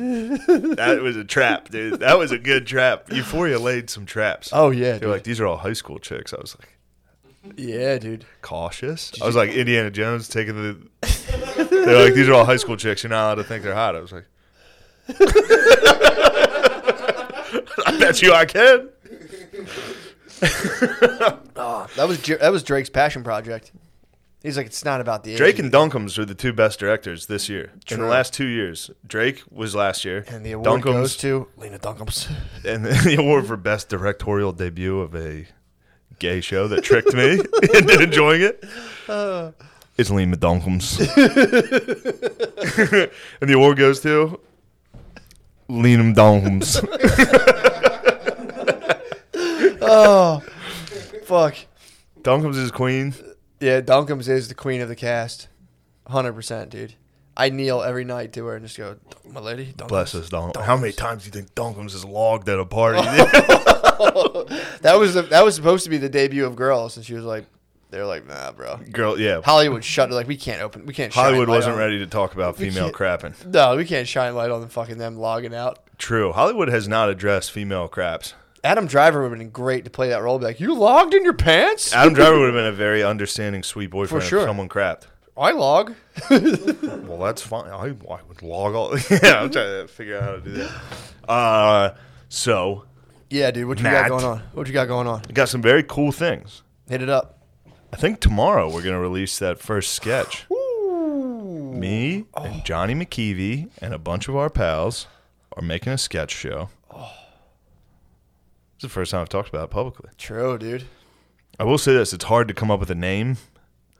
Speaker 2: That was a trap, dude. That was a good trap. Euphoria laid some traps.
Speaker 1: Oh yeah,
Speaker 2: they're
Speaker 1: dude.
Speaker 2: like these are all high school chicks. I was like
Speaker 1: yeah, dude.
Speaker 2: cautious. I was like Indiana Jones taking the. [laughs] They're like these are all high school chicks. You're not allowed to think they're hot. I was like, [laughs] I bet you I can.
Speaker 1: That was Dra- that was Drake's passion project. He's like, it's not about the age
Speaker 2: Drake
Speaker 1: of
Speaker 2: and Duncombe's are the two best directors this year. In
Speaker 1: True.
Speaker 2: the last two years, Drake was last year,
Speaker 1: And the award goes to Lena Duncombe's.
Speaker 2: and the award for best directorial debut of a gay show that tricked me [laughs] into enjoying it.
Speaker 1: Uh.
Speaker 2: It's Liam Duncombe's, [laughs] and the award goes to
Speaker 1: [laughs]
Speaker 2: Liam Duncombe's.
Speaker 1: [laughs] oh, fuck.
Speaker 2: Duncombe's is queen.
Speaker 1: Yeah, Duncombe's is the queen of the cast. 100%, dude. I kneel every night to her and just go, "Dunk- my lady, Duncombe's."
Speaker 2: Bless us, Duncombe. How many times do you think Duncombe's is logged at a party? [laughs]
Speaker 1: That was the, that was supposed to be the debut of Girls, and she was like, they were like, nah, bro.
Speaker 2: Girl, yeah.
Speaker 1: Hollywood shut it. Like, we can't open, we can't shine
Speaker 2: Hollywood
Speaker 1: light
Speaker 2: wasn't
Speaker 1: on-
Speaker 2: ready to talk about female
Speaker 1: can't-
Speaker 2: crapping.
Speaker 1: No, we can't shine light on the fucking them logging out.
Speaker 2: True. Hollywood has not addressed
Speaker 1: [laughs]
Speaker 2: female craps.
Speaker 1: Adam Driver would have been great to play that role. Be like, you logged in your pants?
Speaker 2: Adam Driver would have been a very understanding, sweet boyfriend
Speaker 1: For sure.
Speaker 2: if someone crapped.
Speaker 1: I log. [laughs]
Speaker 2: Well, that's fine. I, I would log all. [laughs] yeah, I'm trying to figure out how to do that. Uh, so,
Speaker 1: Yeah, dude. What you
Speaker 2: Matt.
Speaker 1: got going on? What you got going on?
Speaker 2: we got some very cool things.
Speaker 1: Hit it up.
Speaker 2: I think tomorrow we're going to release that first sketch. Me and Johnny McKeevy and a bunch of our pals are making a sketch show. It's the first time I've talked about it publicly.
Speaker 1: True, dude.
Speaker 2: I will say this it's hard to come up with a name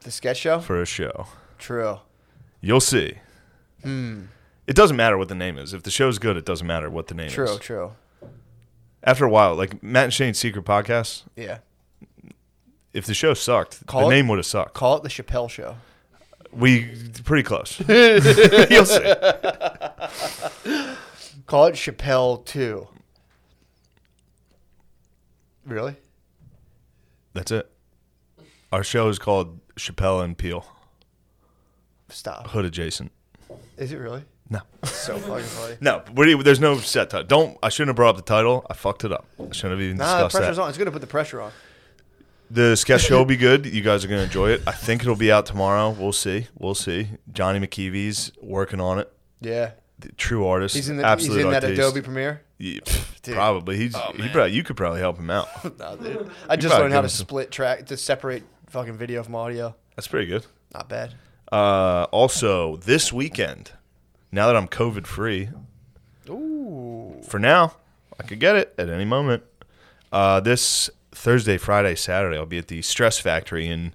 Speaker 1: The sketch show.
Speaker 2: for a show.
Speaker 1: True.
Speaker 2: You'll see. It doesn't matter what the name is. If the show's good, it doesn't matter what the name
Speaker 1: True.
Speaker 2: is.
Speaker 1: True.
Speaker 2: After a while, like Matt and Shane's Secret Podcast,
Speaker 1: Yeah.
Speaker 2: if the show sucked,
Speaker 1: Call
Speaker 2: the
Speaker 1: it-
Speaker 2: name would have sucked.
Speaker 1: Call it the Chappelle Show.
Speaker 2: We
Speaker 1: [laughs]
Speaker 2: pretty close. [laughs] You'll see.
Speaker 1: Call it Chappelle Two. Really?
Speaker 2: That's it. Our show is called Chappelle and Peel
Speaker 1: Stop.
Speaker 2: Hood Adjacent.
Speaker 1: Is it
Speaker 2: [laughs]
Speaker 1: really?
Speaker 2: No,
Speaker 1: So fucking funny.
Speaker 2: no. what do you- There's no set title. Don't. I shouldn't have brought up the title. I fucked it up. I shouldn't have even
Speaker 1: Nah, the
Speaker 2: discussed
Speaker 1: pressure's
Speaker 2: that.
Speaker 1: on. It's gonna put the pressure on.
Speaker 2: The sketch show will be good. You guys are going to enjoy it. I think it'll be out tomorrow. We'll see. We'll see. Johnny McKeevy's working on it.
Speaker 1: Yeah,
Speaker 2: The true artist.
Speaker 1: he's in the, he's
Speaker 2: absolute
Speaker 1: in that
Speaker 2: artiste.
Speaker 1: Adobe Premiere. [laughs]
Speaker 2: Yeah, pff,
Speaker 1: Dude. Oh,
Speaker 2: probably. He's he probably, you could probably help him out.
Speaker 1: Nah, dude. I just
Speaker 2: probably
Speaker 1: learned how
Speaker 2: give
Speaker 1: to
Speaker 2: him some-
Speaker 1: split track to separate fucking video from audio.
Speaker 2: That's pretty good.
Speaker 1: Not bad.
Speaker 2: Uh, also, this weekend, now that I'm COVID free,
Speaker 1: Ooh.
Speaker 2: for now, I could get it at any moment. Uh, this Thursday, Friday, Saturday, I'll be at the Stress Factory in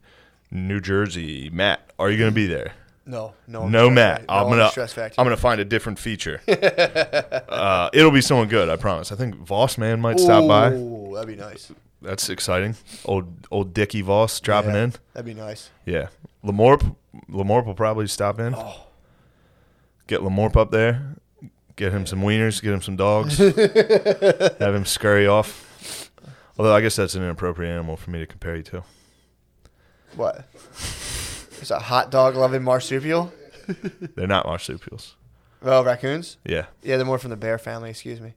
Speaker 2: New Jersey. Matt, are you going to be there?
Speaker 1: No, no. I'm
Speaker 2: No,
Speaker 1: stressed
Speaker 2: Matt.
Speaker 1: out. No,
Speaker 2: I'm gonna
Speaker 1: stress factor.
Speaker 2: I'm gonna find a different feature. [laughs] uh, it'll be someone good, I promise. I think Voss man might stop by.
Speaker 1: Ooh, that'd be nice.
Speaker 2: That's exciting. Old old Dickie Voss dropping
Speaker 1: Yeah,
Speaker 2: in.
Speaker 1: That'd be nice.
Speaker 2: Yeah, Lamorp Lamorp will probably stop in.
Speaker 1: Oh.
Speaker 2: Get Lamorp up there. Get him some wieners. Get him some dogs. [laughs] have him scurry off. Although I guess that's an inappropriate animal for me to compare you to.
Speaker 1: What? It's a hot dog loving marsupial.
Speaker 2: They're not marsupials.
Speaker 1: Oh, raccoons.
Speaker 2: Yeah,
Speaker 1: Yeah, they're more from the bear family. Excuse me.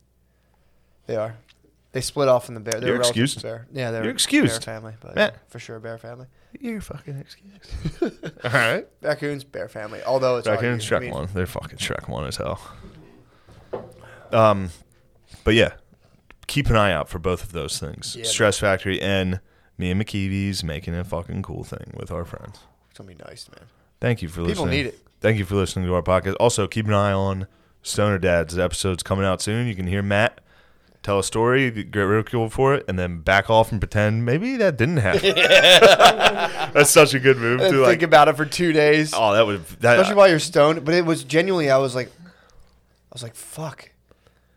Speaker 1: They are. They split off from the bear. They're
Speaker 2: You're
Speaker 1: relative to
Speaker 2: excused.
Speaker 1: Bear. Yeah, they're
Speaker 2: You're excused.
Speaker 1: Bear family, but
Speaker 2: Matt.
Speaker 1: for sure, bear family.
Speaker 2: you're fucking [laughs] excused. All right.
Speaker 1: Raccoons, bear family. Although it's
Speaker 2: Back in
Speaker 1: argued, I
Speaker 2: Shrek
Speaker 1: mean,
Speaker 2: One. They're fucking Shrek One as hell. Um, but yeah, keep an eye out for both of those things:
Speaker 1: Yeah.
Speaker 2: Stress Factory and me and McKeevy's making a fucking cool thing with our friends.
Speaker 1: It's gonna be nice, man.
Speaker 2: Thank you for listening.
Speaker 1: People need it.
Speaker 2: Thank you for listening to our podcast. Also, keep an eye on Stoner Dads. The episode's coming out soon. You can hear Matt tell a story, get ridiculed for it, and then back off and pretend maybe that
Speaker 1: [laughs]
Speaker 2: didn't happen. [laughs] That's such a good move,
Speaker 1: And
Speaker 2: too.
Speaker 1: think
Speaker 2: Like,
Speaker 1: about it for two days,
Speaker 2: oh, that was that.
Speaker 1: especially while you're stoned. But it was genuinely, I was like, I was like, fuck.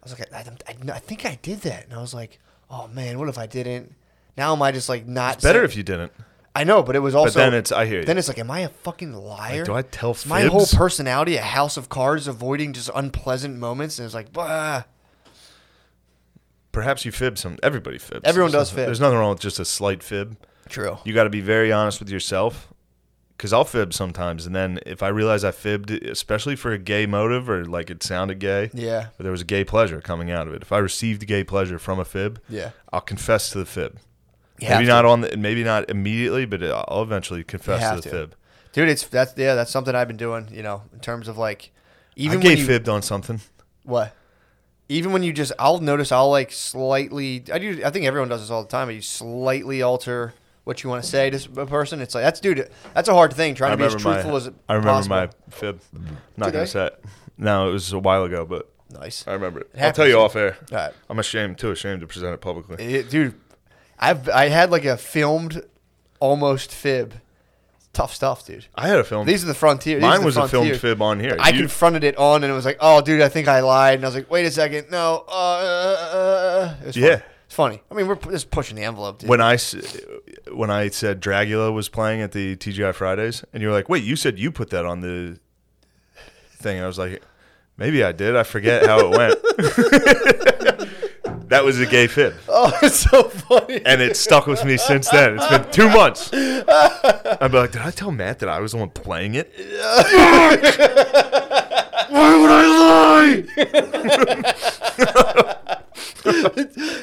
Speaker 1: I was like, I, I, I think I did that, and I was like, oh man, what if I didn't? Now am I just like not
Speaker 2: better
Speaker 1: sa-
Speaker 2: if you didn't.
Speaker 1: I know, but it was also.
Speaker 2: then it's- I hear you.
Speaker 1: Then it's like, am I a fucking liar?
Speaker 2: Like, do I tell
Speaker 1: Is my whole
Speaker 2: fibs?
Speaker 1: personality a house of cards, avoiding just unpleasant moments? And it's like, bah.
Speaker 2: Perhaps you fib some. Everybody fibs.
Speaker 1: Everyone
Speaker 2: There's
Speaker 1: does
Speaker 2: nothing-
Speaker 1: fib.
Speaker 2: There's nothing wrong with just a slight fib.
Speaker 1: True.
Speaker 2: You got to be very honest with yourself. Because I'll fib sometimes. And then if I realize I fibbed, especially for a gay motive or like it sounded gay,
Speaker 1: Yeah.
Speaker 2: or there was a gay pleasure coming out of it. If I received gay pleasure from a fib,
Speaker 1: Yeah.
Speaker 2: I'll confess to the fib.
Speaker 1: You have
Speaker 2: maybe
Speaker 1: to.
Speaker 2: not on the, maybe not immediately, but I'll eventually confess
Speaker 1: You
Speaker 2: to the
Speaker 1: have to.
Speaker 2: fib.
Speaker 1: Dude, it's that's yeah, that's something I've been doing, you know, in terms of like even
Speaker 2: I
Speaker 1: when
Speaker 2: gay
Speaker 1: you,
Speaker 2: fibbed on something.
Speaker 1: what even when you just I'll notice I'll like slightly I do I think everyone does this all the time, but you slightly alter what you want to say to a person. It's like that's dude, that's a hard thing
Speaker 2: I
Speaker 1: trying to be as
Speaker 2: remember
Speaker 1: truthful
Speaker 2: my.
Speaker 1: as
Speaker 2: I remember
Speaker 1: possible.
Speaker 2: my fib. I'm not
Speaker 1: Today?
Speaker 2: gonna say it. No, it was a while ago, but
Speaker 1: nice.
Speaker 2: I remember it. I'll
Speaker 1: happens.
Speaker 2: tell you off air.
Speaker 1: All right.
Speaker 2: I'm ashamed, too ashamed to present it publicly.
Speaker 1: It- dude, I've I had like a filmed almost fib. Tough stuff, dude.
Speaker 2: I had a film.
Speaker 1: These are the frontier. these are
Speaker 2: Mine
Speaker 1: the
Speaker 2: was a filmed
Speaker 1: frontier.
Speaker 2: fib on here.
Speaker 1: I
Speaker 2: You-
Speaker 1: confronted it on, and it was like, "Oh, dude, I think I lied." And I was like, "Wait a second, no." Uh, uh, uh, uh." it was
Speaker 2: Yeah.
Speaker 1: funny. it's funny. I mean, we're pu- just pushing the envelope, dude.
Speaker 2: when I s- when I said Dragula was playing at the TGI Fridays, and you were like, "Wait, you said you put that on the thing?" I was like, "Maybe I did. I forget how it went." [laughs] that was a gay fib,
Speaker 1: [laughs] oh, it's so funny.
Speaker 2: and it stuck with me since then. It's been two months. I'm like, "Did I tell Matt that I was the one playing it?" [laughs] Why would I lie?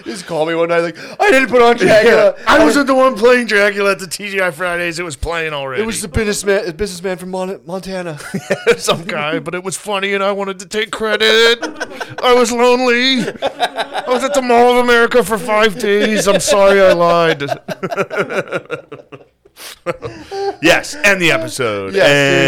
Speaker 1: just call me one night, like, "I didn't put on Dracula.
Speaker 2: I wasn't the one playing Dracula at the TGI Fridays. It was playing already.
Speaker 1: It was the businessman, the businessman from Mon- Montana."
Speaker 2: [laughs] some guy, but it was funny and I wanted to take credit. I was lonely. I was at the Mall of America for five days. I'm sorry I lied. yes, end the episode.
Speaker 1: Yes, dude.